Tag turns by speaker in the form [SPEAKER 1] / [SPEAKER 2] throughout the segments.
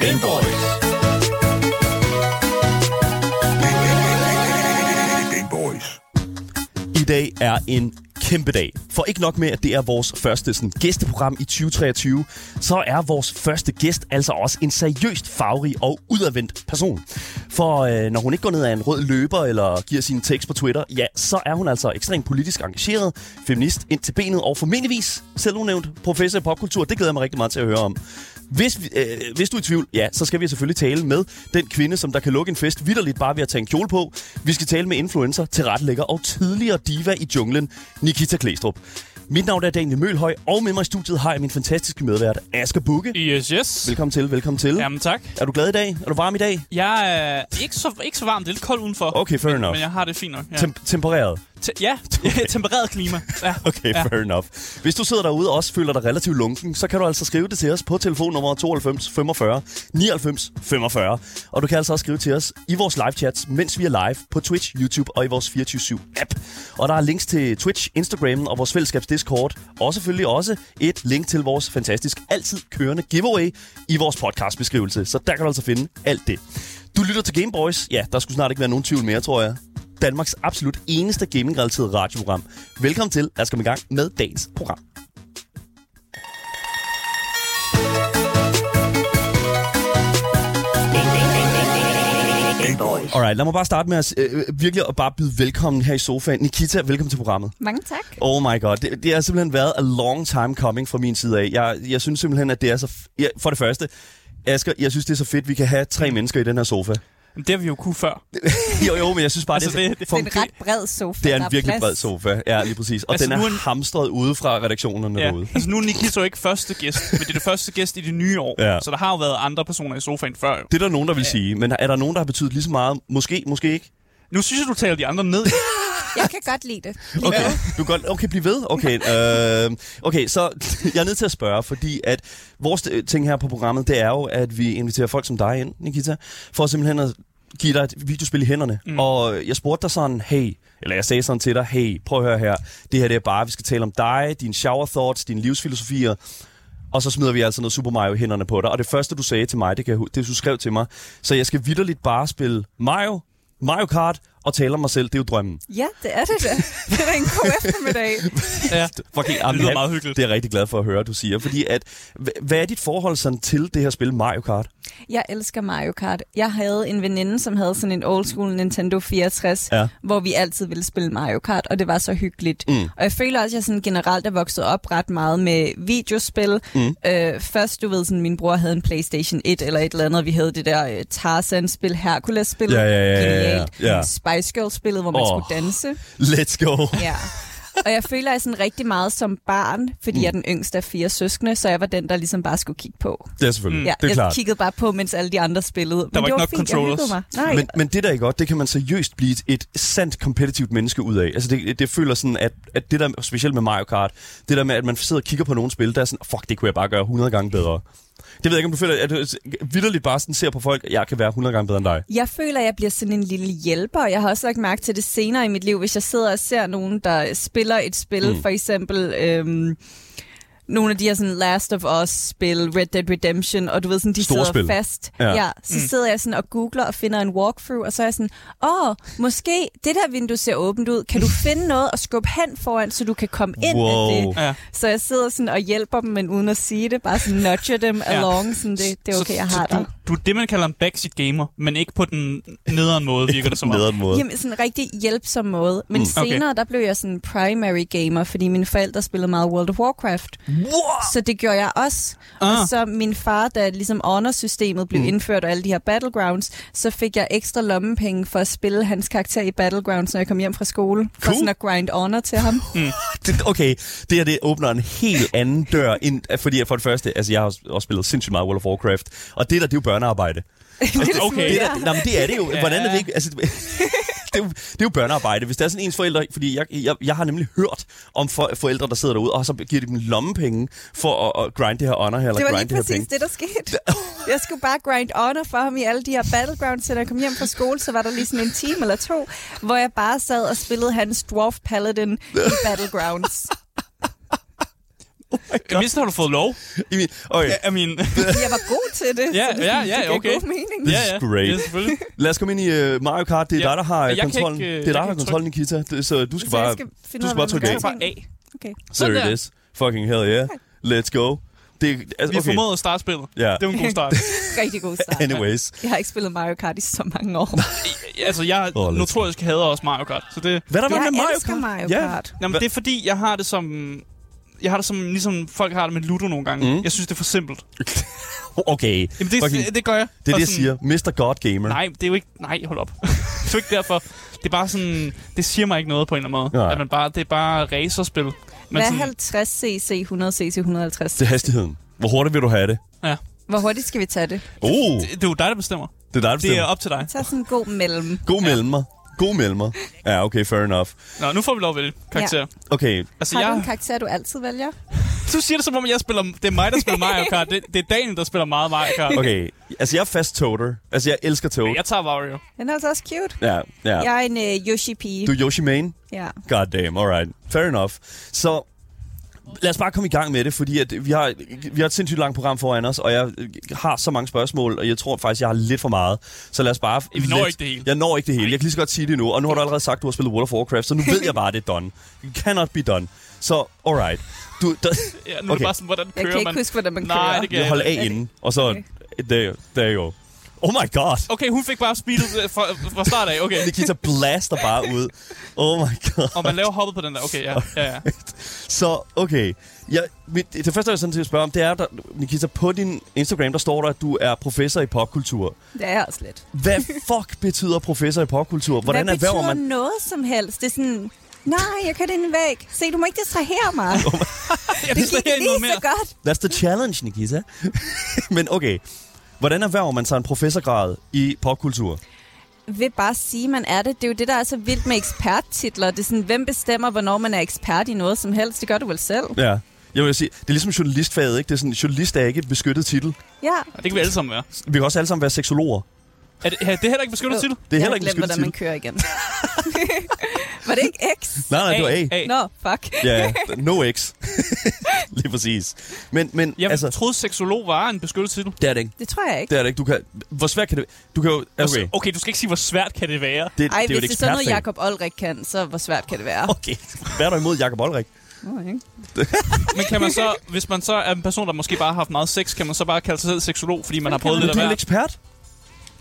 [SPEAKER 1] Golden Boys. Big Boys.
[SPEAKER 2] I dag er en kæmpe dag. For ikke nok med, at det er vores første sådan, gæsteprogram i 2023, så er vores første gæst altså også en seriøst farverig og udadvendt person. For øh, når hun ikke går ned ad en rød løber eller giver sine tekst på Twitter, ja, så er hun altså ekstremt politisk engageret, feminist ind til benet og formentligvis selvunævnt professor i popkultur. Det glæder jeg mig rigtig meget til at høre om. Hvis, vi, øh, hvis du er i tvivl, ja, så skal vi selvfølgelig tale med den kvinde, som der kan lukke en fest vidderligt bare ved at tage en kjole på. Vi skal tale med influencer, tilrettelægger og tidligere diva i junglen, Nikita Klæstrup. Mit navn er Daniel Mølhøj, og med mig i studiet har jeg min fantastiske medvært, Asger Bukke.
[SPEAKER 3] Yes, yes.
[SPEAKER 2] Velkommen til, velkommen til.
[SPEAKER 3] Jamen tak.
[SPEAKER 2] Er du glad i dag? Er du varm i dag?
[SPEAKER 3] Jeg er ikke så, ikke så varmt, det er lidt koldt udenfor.
[SPEAKER 2] Okay, fair enough.
[SPEAKER 3] Men jeg har det fint nok. Ja,
[SPEAKER 2] Tem- tempereret.
[SPEAKER 3] Te- ja. tempereret klima. Ja.
[SPEAKER 2] Okay,
[SPEAKER 3] ja.
[SPEAKER 2] fair enough. Hvis du sidder derude og også føler dig relativt lunken, så kan du altså skrive det til os på telefonnummer 92 45 99 45. Og du kan altså også skrive til os i vores live chats, mens vi er live på Twitch, YouTube og i vores 24-7 app. Og der er links til Twitch, Instagram og vores fællesskabs Discord. Og selvfølgelig også et link til vores fantastisk altid kørende giveaway i vores podcastbeskrivelse. Så der kan du altså finde alt det. Du lytter til Game Boys. Ja, der skulle snart ikke være nogen tvivl mere, tror jeg. Danmarks absolut eneste gaming-relateret radioprogram. Velkommen til. Lad os komme i gang med dagens program.
[SPEAKER 1] Big Boys.
[SPEAKER 2] Alright, lad mig bare starte med at øh, virkelig at bare byde velkommen her i sofaen. Nikita, velkommen til programmet.
[SPEAKER 4] Mange tak.
[SPEAKER 2] Oh my god, det, det har simpelthen været a long time coming fra min side af. Jeg, jeg synes simpelthen, at det er så... F- ja, for det første, Asger, jeg synes, det er så fedt, vi kan have tre mennesker i den her sofa.
[SPEAKER 3] Men Det har vi jo kunne før.
[SPEAKER 2] jo, jo, men jeg synes bare,
[SPEAKER 3] Altså,
[SPEAKER 2] det, er,
[SPEAKER 3] det- det-
[SPEAKER 4] Det er en ret bred sofa.
[SPEAKER 2] det er
[SPEAKER 4] der
[SPEAKER 2] en virkelig
[SPEAKER 4] plads.
[SPEAKER 2] bred sofa. Ja, lige præcis. Og
[SPEAKER 3] Altså,
[SPEAKER 2] den er,
[SPEAKER 3] nu er den-
[SPEAKER 2] hamstret ude fra redaktionerne
[SPEAKER 3] Ja.
[SPEAKER 2] derude.
[SPEAKER 3] Altså, nu er Nikita jo ikke første gæst, men det er det første gæst i det nye år.
[SPEAKER 2] Ja.
[SPEAKER 3] Så der har jo været andre personer i sofaen før. Jo.
[SPEAKER 2] Det er der nogen, der vil sige, men er der nogen, der har betydet lige så meget? Måske, måske ikke.
[SPEAKER 3] Nu synes jeg, du taler de andre ned.
[SPEAKER 4] Jeg kan godt lide det. Lige
[SPEAKER 2] Okay,
[SPEAKER 4] okay.
[SPEAKER 2] du kan godt, okay, bliv ved. Okay, øh, okay, så jeg er nødt til at spørge, fordi at vores øh, ting her på programmet, det er jo, at vi inviterer folk som dig ind, Nikita, for simpelthen at give dig et videospil i hænderne. Mm. Og jeg spurgte dig sådan, hey, eller jeg sagde sådan til dig, hey, prøv at høre her, det her det er bare, vi skal tale om dig, dine shower thoughts, dine livsfilosofier, og så smider vi altså noget Super Mario i hænderne på dig. Og det første, du sagde til mig, det, kan, jeg hu- det du skrev til mig, så jeg skal vidderligt bare spille Mario, Mario Kart og tale om mig selv, det er jo drømmen.
[SPEAKER 4] Ja, det er det da. Det er da en god eftermiddag.
[SPEAKER 3] Ja.
[SPEAKER 2] Fucking,
[SPEAKER 3] Det lyder meget hyggeligt.
[SPEAKER 2] Det er jeg rigtig glad for at høre, du siger. Fordi at, hva- hvad er dit forhold sådan til det her spil Mario Kart?
[SPEAKER 4] Jeg elsker Mario Kart. Jeg havde en veninde, som havde sådan en old school Nintendo 64,
[SPEAKER 2] Ja.
[SPEAKER 4] hvor vi altid ville spille Mario Kart, og det var så hyggeligt. Mm. Og jeg føler også, at jeg sådan generelt er vokset op ret meget med videospil. Mm. Øh, først, du ved, sådan, min bror havde en Playstation 1 eller et eller andet, og vi havde det der øh, Tarzan-spil, Hercules-spil,
[SPEAKER 2] Ja, ja, ja, ja, ja.
[SPEAKER 4] Genialt.
[SPEAKER 2] Ja.
[SPEAKER 4] Spice Girls-spillet, hvor man
[SPEAKER 2] Åh.
[SPEAKER 4] oh. skulle danse.
[SPEAKER 2] Let's go.
[SPEAKER 4] Ja. Og jeg føler, at jeg sådan rigtig meget som barn, fordi mm. jeg er den yngste af fire søskende, så jeg var den, der ligesom bare skulle kigge på.
[SPEAKER 2] Det er selvfølgelig. Mm.
[SPEAKER 4] Ja, altså,
[SPEAKER 2] Det er
[SPEAKER 4] jeg
[SPEAKER 2] klart.
[SPEAKER 4] kiggede bare på, mens alle de andre spillede. Men
[SPEAKER 3] var
[SPEAKER 4] det
[SPEAKER 3] ikke
[SPEAKER 4] var
[SPEAKER 3] nok
[SPEAKER 4] fint, jeg
[SPEAKER 3] controllers.
[SPEAKER 4] hyggede mig. Nej,
[SPEAKER 2] Men, men det der ikke godt, det kan man seriøst blive et, et sandt kompetitivt menneske ud af. Altså det, det føler sådan, at, at det der, specielt med Mario Kart, det der med, at man sidder og kigger på nogle spil, der er sådan, fuck, det kunne jeg bare gøre 100 gange bedre. Det ved jeg ikke, om du føler, at du vidderligt bare sådan ser på folk, jeg kan være 100 gange bedre end dig.
[SPEAKER 4] Jeg føler, at jeg bliver sådan en lille hjælper. Jeg har også lagt mærke til det senere i mit liv, hvis jeg sidder og ser nogen, der spiller et spil, mm. for eksempel... Øhm, nogle af de her sådan Last of Us-spil, Red Dead Redemption, og du ved sådan, de
[SPEAKER 2] Store
[SPEAKER 4] sidder
[SPEAKER 2] spil.
[SPEAKER 4] fast.
[SPEAKER 2] Ja.
[SPEAKER 4] Ja. ja så mm. sidder jeg sådan og googler og finder en walkthrough, og så er jeg sådan, åh, måske det der vindue ser åbent ud. Kan du finde noget og skubbe hen foran, så du kan komme ind
[SPEAKER 2] Wow.
[SPEAKER 4] wow. af det?
[SPEAKER 3] Ja.
[SPEAKER 4] Så jeg sidder sådan og hjælper dem, men uden at sige det, bare sådan nudger dem
[SPEAKER 3] Ja.
[SPEAKER 4] along, sådan det, det er okay,
[SPEAKER 3] så,
[SPEAKER 4] jeg har
[SPEAKER 3] så
[SPEAKER 4] dig.
[SPEAKER 3] du, du er det, man kalder en backseat gamer, men ikke på den nederen måde, virker det som om.
[SPEAKER 2] Nederen måde.
[SPEAKER 4] Jamen, sådan en rigtig hjælpsom måde. Men mm.
[SPEAKER 3] Okay.
[SPEAKER 4] senere, der blev jeg sådan en primary gamer, fordi mine forældre spillede meget World of Warcraft.
[SPEAKER 3] Wow!
[SPEAKER 4] Så det gjorde jeg også.
[SPEAKER 3] Ah.
[SPEAKER 4] Ah. Og så min far, da ligesom honor-systemet blev mm. indført og alle de her battlegrounds, så fik jeg ekstra lommepenge for at spille hans karakter i battlegrounds, når jeg kom hjem fra skole. Cool. For
[SPEAKER 2] Cool.
[SPEAKER 4] sådan at grind honor til ham.
[SPEAKER 2] Mm. det, okay, det her det åbner en helt anden dør, end, fordi for det første, altså jeg har også- også spillet sindssygt meget World of Warcraft, og det der, det er jo børnearbejde.
[SPEAKER 4] Lidt
[SPEAKER 3] Okay.
[SPEAKER 2] Det,
[SPEAKER 4] sådan,
[SPEAKER 2] er der, nej, men det er det jo. Hvordan er det ikke? Altså, det, det, er jo, det er jo børnearbejde. Hvis der er sådan ens forældre, fordi jeg, jeg, jeg har nemlig hørt om for, forældre, der sidder derude, og så giver de dem lommepenge for at, at grinde det her honor her, eller
[SPEAKER 4] Det var
[SPEAKER 2] grinde
[SPEAKER 4] lige
[SPEAKER 2] det her penge.
[SPEAKER 4] præcis det, der skete. Jeg skulle bare grind honor for ham i alle de her battlegrounds, så når jeg kom hjem fra skole, så var der lige sådan en time eller to, hvor jeg bare sad og spillede hans Dwarf Paladin i battlegrounds.
[SPEAKER 3] Oh Mister, har du fået lov?
[SPEAKER 2] I min, okay,
[SPEAKER 3] I mean,
[SPEAKER 4] Jeg var god til det.
[SPEAKER 3] Ja,
[SPEAKER 4] så det-
[SPEAKER 3] ja, ja,
[SPEAKER 4] det gav
[SPEAKER 3] okay.
[SPEAKER 4] god mening.
[SPEAKER 3] ja, ja.
[SPEAKER 2] great.
[SPEAKER 3] Ja, selvfølgelig.
[SPEAKER 2] lad os komme ind i uh, Mario Kart. Det er
[SPEAKER 3] Ja,
[SPEAKER 2] dig, der har
[SPEAKER 3] men
[SPEAKER 2] uh,
[SPEAKER 3] jeg kan
[SPEAKER 2] kontrollen.
[SPEAKER 3] ikke, øh,
[SPEAKER 2] det er dig,
[SPEAKER 3] jeg
[SPEAKER 2] der
[SPEAKER 3] kan
[SPEAKER 2] har
[SPEAKER 3] ikke
[SPEAKER 2] kontrollen, Nikita. Det, så du skal
[SPEAKER 4] Så
[SPEAKER 2] bare...
[SPEAKER 4] jeg skal finde
[SPEAKER 2] du
[SPEAKER 4] ud
[SPEAKER 2] skal bare
[SPEAKER 4] af, hvad man
[SPEAKER 2] trykke
[SPEAKER 4] gør.
[SPEAKER 3] Det er bare A.
[SPEAKER 4] Okay.
[SPEAKER 3] Sådan
[SPEAKER 2] There
[SPEAKER 3] der.
[SPEAKER 2] it is. Fucking hell yeah. Let's go. Det, altså,
[SPEAKER 3] Vi
[SPEAKER 2] okay.
[SPEAKER 3] formåede at starte spillet.
[SPEAKER 2] Ja.
[SPEAKER 3] Det var en god start.
[SPEAKER 4] Rigtig god start.
[SPEAKER 2] Anyways.
[SPEAKER 4] Jeg har ikke spillet Mario Kart i så mange år.
[SPEAKER 3] altså, jeg
[SPEAKER 2] Åh, lidt.
[SPEAKER 3] notorisk hader også Mario Kart. Så det,
[SPEAKER 2] Hvad er der var med
[SPEAKER 4] Jeg
[SPEAKER 2] Mario
[SPEAKER 4] elsker
[SPEAKER 2] Kart?
[SPEAKER 4] Mario
[SPEAKER 2] Ja.
[SPEAKER 4] Kart.
[SPEAKER 3] jamen, det er fordi, jeg har det som... Jeg har det som, ligesom folk har det med Ludo nogle gange.
[SPEAKER 2] Mm.
[SPEAKER 3] Jeg synes, det er for simpelt.
[SPEAKER 2] Okay.
[SPEAKER 3] Jamen, det,
[SPEAKER 2] Fucking-
[SPEAKER 3] det, det gør jeg.
[SPEAKER 2] Det er
[SPEAKER 3] Og
[SPEAKER 2] det, jeg
[SPEAKER 3] sådan-
[SPEAKER 2] siger. Mr. God Gamer.
[SPEAKER 3] Nej, det er jo ikke... Nej, hold op. det er jo ikke derfor. Det er bare sådan... Det siger mig ikke noget på en eller anden måde.
[SPEAKER 2] Nej.
[SPEAKER 3] At man bare, det er bare racerspil. Men
[SPEAKER 4] Hvad er
[SPEAKER 3] sådan-
[SPEAKER 4] 50 cc, 100 cc, 150
[SPEAKER 2] Det er hastigheden. Hvor hurtigt vil du have det?
[SPEAKER 3] ja.
[SPEAKER 4] Hvor hurtigt skal vi tage det?
[SPEAKER 2] Oh,
[SPEAKER 3] det, det, er jo dig, der bestemmer.
[SPEAKER 2] det er dig, der
[SPEAKER 3] Det er
[SPEAKER 2] bestemmer.
[SPEAKER 3] op til dig.
[SPEAKER 4] Tag sådan en god mellem.
[SPEAKER 2] God mellemmer. God mellemmer. Ja, okay, fair enough.
[SPEAKER 3] Nå, nu får vi lov at vælge karakter. Ja.
[SPEAKER 2] Okay,
[SPEAKER 3] Altså,
[SPEAKER 4] Har du
[SPEAKER 3] jeg,
[SPEAKER 4] en karakter, du altid vælger?
[SPEAKER 3] du siger det, som om jeg spiller... Det er mig, der spiller Mario Kart. Det, det er Daniel, der spiller meget Mario Kart.
[SPEAKER 2] okay. Altså, jeg er fast toter. Altså, jeg elsker toad.
[SPEAKER 3] Jeg tager Wario.
[SPEAKER 4] Den er altså også cute.
[SPEAKER 2] Ja, ja.
[SPEAKER 4] Jeg er en uh, Yoshi-pige.
[SPEAKER 2] Du er Yoshi Mane?
[SPEAKER 4] Ja.
[SPEAKER 2] God damn, alright. Fair enough. Så lad os bare komme i gang med det, fordi at vi, har, vi har et sindssygt langt program foran os, og jeg har så mange spørgsmål, og jeg tror faktisk, jeg har lidt for meget. Så lad os bare...
[SPEAKER 3] Vi når
[SPEAKER 2] let-
[SPEAKER 3] ikke det hele.
[SPEAKER 2] Jeg når ikke det hele. Jeg kan lige så godt sige det nu, og nu har du allerede sagt, at du har spillet World of Warcraft, så nu ved jeg bare, at det er done. You cannot be done. Så, alright. Du, der,
[SPEAKER 3] Ja, nu okay. er det bare sådan, hvordan kører
[SPEAKER 4] Jeg
[SPEAKER 3] man?
[SPEAKER 4] kan ikke huske, hvordan man
[SPEAKER 3] Nej,
[SPEAKER 4] kører.
[SPEAKER 3] det kan-
[SPEAKER 2] jeg holder af inden, og så...
[SPEAKER 4] Okay.
[SPEAKER 2] There, there you go. Oh my god.
[SPEAKER 3] Okay, hun fik bare speedet øh, fra, fra start af. Okay.
[SPEAKER 2] Nikita blaster bare ud. Oh my god.
[SPEAKER 3] Og man laver hoppet på den der. Okay, ja. ja, ja.
[SPEAKER 2] Så, okay. Jeg, mit, det første, jeg sådan til at spørge om, det er, der, Nikita, på din Instagram, der står der, at du er professor i popkultur.
[SPEAKER 4] Det er jeg også lidt.
[SPEAKER 2] Hvad fuck betyder professor i popkultur? Hvordan
[SPEAKER 4] Hvad
[SPEAKER 2] erhverver
[SPEAKER 4] betyder
[SPEAKER 2] man...
[SPEAKER 4] noget som helst? Det er sådan, nej, jeg kørte ind i en væg. Se, du må ikke distrahere mig.
[SPEAKER 3] Jeg distraherer
[SPEAKER 4] det gik
[SPEAKER 3] ikke noget
[SPEAKER 4] lige
[SPEAKER 3] mere.
[SPEAKER 4] så godt.
[SPEAKER 2] That's the challenge, Nikita. Men okay, hvordan erhverver man sig en professorgrad i popkultur?
[SPEAKER 4] Ved bare at sige, man er det. Det er jo det, der er så vildt med eksperttitler. Det er sådan, hvem bestemmer, hvornår man er ekspert i noget som helst? Det gør du vel selv?
[SPEAKER 2] Ja. Jeg vil sige, det er ligesom journalistfaget, ikke? Det er sådan, journalist er ikke et beskyttet titel.
[SPEAKER 4] Ja.
[SPEAKER 3] Og Det kan vi alle sammen være.
[SPEAKER 2] Vi kan også alle sammen være seksologer.
[SPEAKER 3] Er det, er det heller ikke beskyttet til?
[SPEAKER 2] Det er
[SPEAKER 4] jeg
[SPEAKER 2] heller
[SPEAKER 4] har
[SPEAKER 2] ikke
[SPEAKER 4] glemt,
[SPEAKER 2] beskyttet
[SPEAKER 4] hvordan man
[SPEAKER 2] titel.
[SPEAKER 4] kører igen. Var det ikke X?
[SPEAKER 2] Nej, nej, det var A.
[SPEAKER 3] A.
[SPEAKER 4] Nå, fuck.
[SPEAKER 2] Ja, no X. Lige præcis. Men, men
[SPEAKER 3] Jeg
[SPEAKER 2] altså,
[SPEAKER 3] altså, troede, seksolog var en beskyttet titel.
[SPEAKER 2] det er det ikke.
[SPEAKER 4] Det tror jeg ikke.
[SPEAKER 2] Det er det ikke. Du kan, hvor svært kan det Du kan jo... altså- Okay.
[SPEAKER 3] Altså, Okay. okay, du skal ikke sige, hvor svært kan det være.
[SPEAKER 2] Det,
[SPEAKER 4] Ej,
[SPEAKER 2] det er jo
[SPEAKER 4] hvis
[SPEAKER 2] et
[SPEAKER 4] det er sådan noget,
[SPEAKER 2] ekspertfag.
[SPEAKER 4] Jacob Olrik kan, så hvor svært kan det være?
[SPEAKER 2] Okay, hvad er der imod Jacob Olrik?
[SPEAKER 3] Men kan man så, hvis man så er en person, der måske bare har haft meget sex, kan man så bare kalde sig selv seksolog, fordi man har prøvet
[SPEAKER 2] Men
[SPEAKER 3] lidt
[SPEAKER 2] du
[SPEAKER 3] af
[SPEAKER 2] er en
[SPEAKER 3] hver?
[SPEAKER 2] ekspert.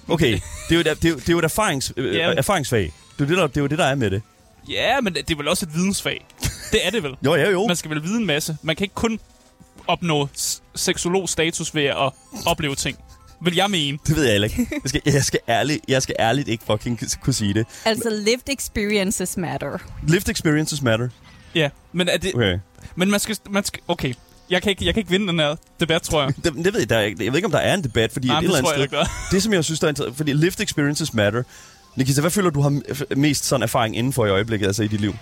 [SPEAKER 2] Okay, det er jo, et- det er jo, det er jo et erfarings, øh,
[SPEAKER 3] Ja.
[SPEAKER 2] erfaringsfag. Det er jo det, der, det er jo det, der er med det.
[SPEAKER 3] Ja, men det er vel også et vidensfag. Det er det vel.
[SPEAKER 2] Jo, ja, jo.
[SPEAKER 3] Man skal vel vide en masse. Man kan ikke kun opnå s- seksolog-status ved at opleve ting. Vil jeg mene.
[SPEAKER 2] Det ved jeg heller ikke. Jeg skal, jeg skal, ærligt, jeg skal ærligt ikke fucking k- kunne sige det.
[SPEAKER 4] Altså, lived experiences matter.
[SPEAKER 2] Lived experiences matter.
[SPEAKER 3] Ja, men, er det,
[SPEAKER 2] Okay.
[SPEAKER 3] men man, skal, man skal... Okay, jeg kan, ikke, jeg kan ikke vinde den her debat, tror jeg.
[SPEAKER 2] Det, det ved jeg, der er, ikke- jeg ved ikke, om der er en debat, fordi
[SPEAKER 3] Nej,
[SPEAKER 2] et
[SPEAKER 3] men
[SPEAKER 2] eller
[SPEAKER 3] det
[SPEAKER 2] andet
[SPEAKER 3] tror
[SPEAKER 2] sted...
[SPEAKER 3] jeg ikke, der er.
[SPEAKER 2] Det, som jeg synes, der er interessant... Fordi lived experiences matter. Nikita, hvad føler du har m- mest sådan erfaring indenfor i øjeblikket, altså i dit liv?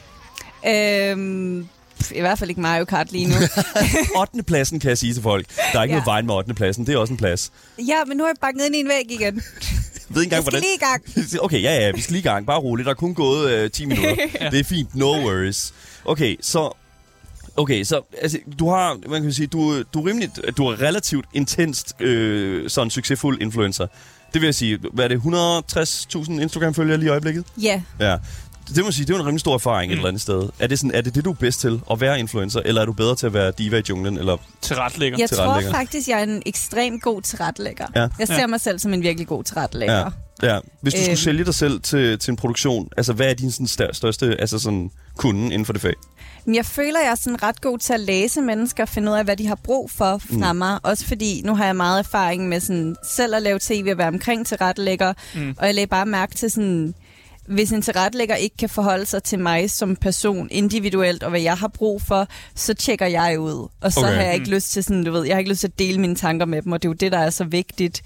[SPEAKER 4] Øhm, pff, I hvert fald ikke Mario Kart lige nu.
[SPEAKER 2] 8. pladsen kan jeg sige til folk. Der er ikke ja.
[SPEAKER 4] Ja.
[SPEAKER 2] noget vejen med 8. pladsen. Det er også en plads.
[SPEAKER 4] ja, men nu har jeg banket ind i en væg igen.
[SPEAKER 2] Jeg ved ikke
[SPEAKER 4] Jeg
[SPEAKER 2] engang,
[SPEAKER 4] skal
[SPEAKER 2] hvordan...
[SPEAKER 4] lige i gang.
[SPEAKER 2] Okay, ja, ja, vi skal lige i gang. Bare roligt. Der er kun gået øh, 10 minutter. Det er fint. No worries. Okay, så... Okay, så altså, du har, man kan sige, du, du er rimelig, du er relativt intenst øh, sådan succesfuld influencer. Det vil jeg sige, hvad er det, 160.000 Instagram-følgere lige i øjeblikket?
[SPEAKER 4] Ja,
[SPEAKER 2] Ja. Det må jeg sige, det er jo en rimelig stor erfaring mm. et eller andet sted. Er det, sådan, er det det, du er bedst til, at være influencer, eller er du bedre til at være diva i junglen? Eller,
[SPEAKER 3] Tilretlægger.
[SPEAKER 4] jeg tror
[SPEAKER 2] tilrettelægger.
[SPEAKER 4] faktisk, jeg er en ekstremt god tilrettelægger.
[SPEAKER 2] Ja.
[SPEAKER 4] Jeg ser mig selv som en virkelig god tilrettelægger.
[SPEAKER 2] ja, ja. Hvis du øhm. skulle
[SPEAKER 4] Øhm.
[SPEAKER 2] sælge dig selv til, til en produktion, altså hvad er din sådan, stør, største altså, sådan, kunde inden for det fag?
[SPEAKER 4] Men jeg føler, jeg er sådan ret god til at læse mennesker og finde ud af, hvad de har brug for fra mm. mig. Også fordi nu har jeg meget erfaring med sådan, selv at lave tv og være omkring til retlægger. Mm. Og jeg lagde bare mærke til sådan... Hvis en tilrettelægger ikke kan forholde sig til mig som person individuelt, og hvad jeg har brug for, så tjekker jeg ud. Og så
[SPEAKER 2] Okay.
[SPEAKER 4] okay. har jeg ikke lyst til sådan, du ved, jeg har ikke lyst til at dele mine tanker med dem, og det er jo det, der er så vigtigt.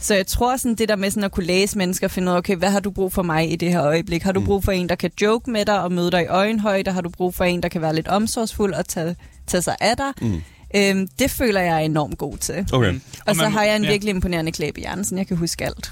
[SPEAKER 4] Så jeg tror sådan, det der med sådan at kunne læse mennesker og finde ud af, okay, hvad har du brug for mig i det her øjeblik? Har du brug for en, der kan joke med dig og møde dig i øjenhøjde? Har du brug for en, der kan være lidt omsorgsfuld og tage, tage sig af dig? Mm. Øhm, det føler jeg er enormt god til.
[SPEAKER 2] Okay.
[SPEAKER 3] Mm.
[SPEAKER 2] Mm.
[SPEAKER 4] Og, og så
[SPEAKER 3] man må-
[SPEAKER 4] har jeg en
[SPEAKER 3] ja.
[SPEAKER 4] ja. virkelig imponerende klæb i hjernen, sådan jeg kan huske alt.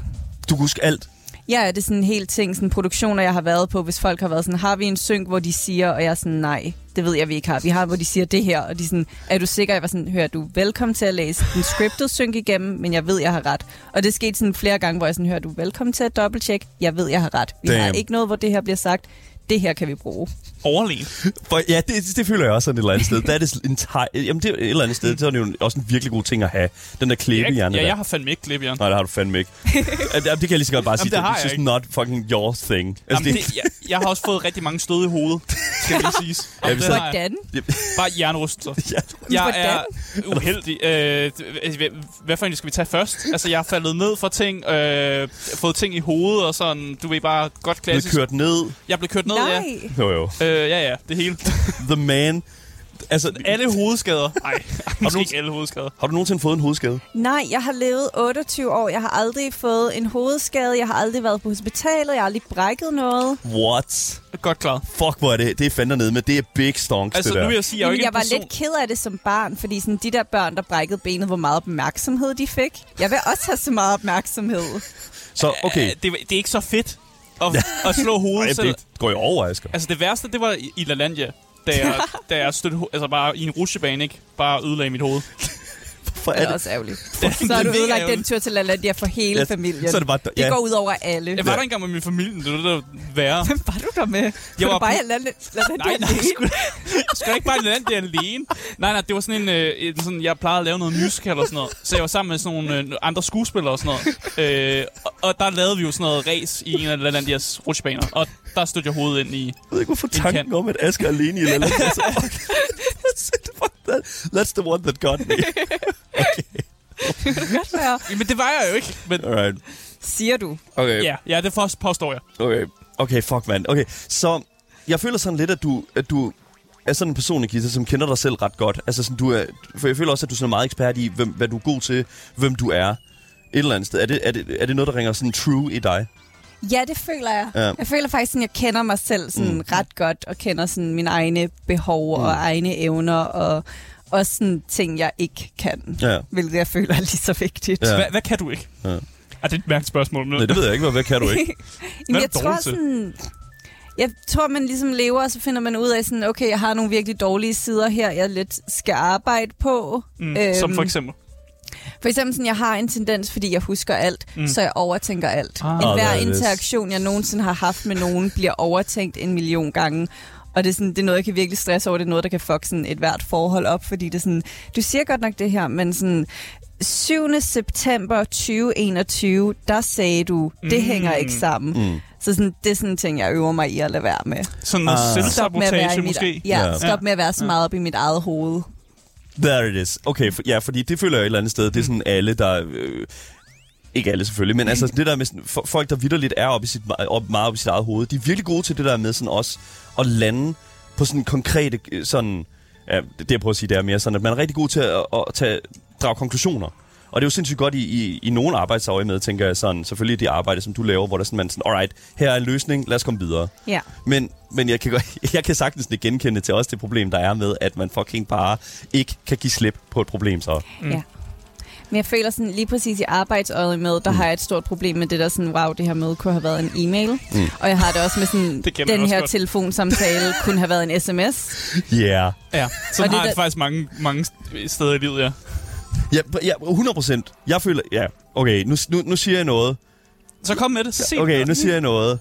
[SPEAKER 2] Du kan huske alt.
[SPEAKER 4] Ja, det er sådan en hel ting, sådan produktioner, jeg har været på, hvis folk har været sådan, har vi en synk, hvor de siger, og jeg er sådan, nej, det ved jeg, vi ikke har. Vi har, hvor de siger det her, og de er sådan, er du sikker? Jeg var sådan, hør, du er velkommen til at læse den scripted synk igennem, men jeg ved, jeg har ret. Og det skete sådan flere gange, hvor jeg sådan, hør, du er velkommen til at dobbelttjekke, jeg ved, jeg har ret. Vi har
[SPEAKER 2] Damn.
[SPEAKER 4] ikke noget, hvor det her bliver sagt. Det her kan vi bruge.
[SPEAKER 3] Overlegen.
[SPEAKER 2] For, ja, det, det føler jeg også sådan et eller andet sted. Der er det en teg... Jamen, det er et eller andet sted. Så er det jo også en virkelig god ting at have. Den der
[SPEAKER 3] Jeg,
[SPEAKER 2] klæbehjerne
[SPEAKER 3] ja,
[SPEAKER 2] der.
[SPEAKER 3] jeg har fandme ikke klip, Jørgen.
[SPEAKER 2] Nej, det har du fandme ikke. Jamen, det kan jeg lige så godt bare sige.
[SPEAKER 3] det har
[SPEAKER 2] det
[SPEAKER 3] jeg
[SPEAKER 2] er just
[SPEAKER 3] ikke.
[SPEAKER 2] not fucking your thing.
[SPEAKER 3] Jamen,
[SPEAKER 2] altså, det-
[SPEAKER 3] det, jeg, jeg har også fået rigtig mange stød i hovedet, skal lige siges.
[SPEAKER 2] Ja,
[SPEAKER 3] Jamen,
[SPEAKER 2] vi
[SPEAKER 3] det
[SPEAKER 2] sad-
[SPEAKER 3] har jeg.
[SPEAKER 4] Hvordan?
[SPEAKER 3] Bare jernruster.
[SPEAKER 2] Ja.
[SPEAKER 3] Jeg er uheldig. Øh, hvad- hvad for en skal vi tage først? Altså, jeg er faldet ned fra ting, øh, fået ting i hovedet og sådan. Du ved bare godt
[SPEAKER 2] Blev
[SPEAKER 3] klassisk.
[SPEAKER 2] kørt ned.
[SPEAKER 3] Jeg blev kørt ned, ja.
[SPEAKER 4] Nej.
[SPEAKER 2] Jo, jo.
[SPEAKER 3] Øh, ja, ja, det hele.
[SPEAKER 2] The man. Altså,
[SPEAKER 3] Alle hovedskader. Nej, måske
[SPEAKER 2] nogen-
[SPEAKER 3] ikke alle hovedskader.
[SPEAKER 2] har du nogensinde fået en hovedskade?
[SPEAKER 4] Nej, jeg har levet 28 år. Jeg har aldrig fået en hovedskade. Jeg har aldrig været på hospitalet. Jeg har aldrig brækket noget.
[SPEAKER 2] What?
[SPEAKER 3] Godt klaret.
[SPEAKER 2] Fuck, hvor er det? Det er fandme nede med. Det er big stonks,
[SPEAKER 3] Altså,
[SPEAKER 2] det der.
[SPEAKER 3] nu vil jeg sige, jeg er jo
[SPEAKER 4] Jeg,
[SPEAKER 3] ikke
[SPEAKER 4] jeg
[SPEAKER 3] en
[SPEAKER 4] var
[SPEAKER 3] person...
[SPEAKER 4] lidt ked af det som barn, fordi sådan, de der børn, der brækkede benet, hvor meget opmærksomhed de fik. Jeg vil også have så meget opmærksomhed.
[SPEAKER 2] Så, okay.
[SPEAKER 3] Øh, Det, det er ikke så fedt at, at slå
[SPEAKER 2] Ej,
[SPEAKER 3] hovedet. selv.
[SPEAKER 2] det går jo over, Asger.
[SPEAKER 3] Altså det værste, det var i- i La Landia, da jeg, da jeg stødte, ho- altså bare i en rutsjebane, ikke? Bare ødelagde mit hoved.
[SPEAKER 2] For
[SPEAKER 4] Det
[SPEAKER 2] er
[SPEAKER 4] er
[SPEAKER 2] det?
[SPEAKER 4] også ærgerligt.
[SPEAKER 3] Den
[SPEAKER 4] Så har du
[SPEAKER 3] mega
[SPEAKER 4] ødelagt
[SPEAKER 3] ærgerlig.
[SPEAKER 4] den tur til LaLandia for hele
[SPEAKER 2] Ja,
[SPEAKER 4] familien.
[SPEAKER 2] så er det bare- ja.
[SPEAKER 4] det går ud over alle.
[SPEAKER 3] Jeg var der engang med min familie, det var det, der var værre.
[SPEAKER 4] Hvem var du der med? Jeg var
[SPEAKER 3] var
[SPEAKER 4] du bare
[SPEAKER 3] på-
[SPEAKER 4] i LaLandia?
[SPEAKER 3] Nej, nej, sgu da- sgu da ikke bare i La Landia alene. Nej, nej, det var sådan en, øh, en sådan, jeg plejede at lave noget musical og sådan noget. Så jeg var sammen med sådan nogle øh, andre skuespillere og sådan noget. Øh, og, og, der lavede vi jo sådan noget race i en af La Landias rutsjebaner. Og der stødte jeg hovedet ind i...
[SPEAKER 2] Jeg ved ikke, hvorfor tanken
[SPEAKER 3] kan.
[SPEAKER 2] om, at Asger er alene i Lala. Altså, fuck. Fuck that. That's the one that got me.
[SPEAKER 3] Jamen det var jeg jo ikke. Men
[SPEAKER 2] Alright.
[SPEAKER 4] Siger du?
[SPEAKER 2] Okay.
[SPEAKER 3] ja, ja det for- påstår jeg.
[SPEAKER 2] Okay. Okay, fuck, mand. Okay, så jeg føler sådan lidt, at du, at du er sådan en person, Nikita, som kender dig selv ret godt. Altså, sådan, du er, for jeg føler også, at du er sådan meget ekspert i, hvem, hvad du er god til, hvem du er. Et eller andet sted. Er det, er det, er det noget, der ringer sådan true i dig?
[SPEAKER 4] Ja, det føler jeg.
[SPEAKER 2] Ja.
[SPEAKER 4] Ja. Jeg føler faktisk, at jeg kender mig selv sådan mm. ret godt, og kender sådan mine egne behov mm. og egne evner, og også sådan ting, jeg ikke kan.
[SPEAKER 2] Ja.
[SPEAKER 4] Hvilket jeg føler er lige så vigtigt.
[SPEAKER 2] Ja.
[SPEAKER 3] Hvad, hvad kan du ikke?
[SPEAKER 2] Ja.
[SPEAKER 3] Ah, det er et mærkeligt spørgsmål.
[SPEAKER 2] Nej, det ved jeg ikke. Hvad, hvad kan du ikke?
[SPEAKER 3] Hvad
[SPEAKER 4] Jamen,
[SPEAKER 3] er
[SPEAKER 4] jeg
[SPEAKER 3] du
[SPEAKER 4] tror
[SPEAKER 3] dårlig til?
[SPEAKER 4] sådan... Jeg tror, man ligesom lever, og så finder man ud af sådan, okay, jeg har nogle virkelig dårlige sider her, jeg lidt skal arbejde på.
[SPEAKER 3] Mm, øhm, som for eksempel.
[SPEAKER 4] For eksempel sådan, jeg har en tendens, fordi jeg husker alt, mm. så jeg overtænker alt.
[SPEAKER 3] Ah.
[SPEAKER 4] Ah, en hver
[SPEAKER 2] Ah, that is-
[SPEAKER 4] interaktion, jeg nogensinde har haft med nogen, bliver overtænkt en million gange. Og det er, sådan, det er noget, jeg kan virkelig stresse over. Det er noget, der kan fuck sådan et hvert forhold op, fordi det er sådan, du siger godt nok det her, men sådan, 7. september 2021, der sagde du, det
[SPEAKER 3] Mm.
[SPEAKER 4] mm. hænger ikke sammen. Mm. Så sådan, det er sådan en ting, jeg øver mig i at lade være med.
[SPEAKER 3] Sådan noget
[SPEAKER 2] Ah.
[SPEAKER 3] uh, selvsabotage
[SPEAKER 4] i mit,
[SPEAKER 3] måske.
[SPEAKER 4] ja,
[SPEAKER 2] Ja.
[SPEAKER 4] stop med at være så meget op i mit eget hoved.
[SPEAKER 2] There it is. Okay, for, ja, fordi det føler jeg et eller andet sted. Det er sådan alle, der... Øh, ikke alle selvfølgelig, men altså det der med sådan, for, folk, der vidderligt er oppe i sit, op, meget oppe i sit eget hoved, de er virkelig gode til det der med sådan også at lande på sådan konkrete øh, sådan... Ja, det jeg prøver at sige, det er mere sådan, at man er rigtig god til at, at tage, drage konklusioner. Og det er jo sindssygt godt i, i, i nogle arbejdsøje med, tænker jeg sådan, selvfølgelig det arbejde, som du laver, hvor der sådan, man sådan, alright, her er en løsning, lad os komme videre.
[SPEAKER 4] Ja.
[SPEAKER 2] Men, men jeg, kan godt, jeg kan sagtens det genkende til også det problem, der er med, at man fucking bare ikke kan give slip på et problem så.
[SPEAKER 4] Mm. Ja. Men jeg føler sådan lige præcis i arbejdsøjet med, der mm. har jeg et stort problem med det der sådan, wow, det her møde kunne have været en e-mail. Mm. Og jeg har det også med sådan,
[SPEAKER 3] Det kender jeg
[SPEAKER 4] den
[SPEAKER 3] også
[SPEAKER 4] her
[SPEAKER 3] godt.
[SPEAKER 4] telefonsamtale kunne have været en sms.
[SPEAKER 2] Yeah.
[SPEAKER 3] Ja, sådan
[SPEAKER 4] Og det
[SPEAKER 3] har jeg
[SPEAKER 4] der-
[SPEAKER 3] faktisk mange, mange steder i livet, ja.
[SPEAKER 2] Ja, ja 100 procent. Jeg føler... Ja, okay, nu, nu, nu siger jeg noget.
[SPEAKER 3] Så kom med det. Så sig
[SPEAKER 2] Okay,
[SPEAKER 3] det.
[SPEAKER 2] nu siger jeg noget.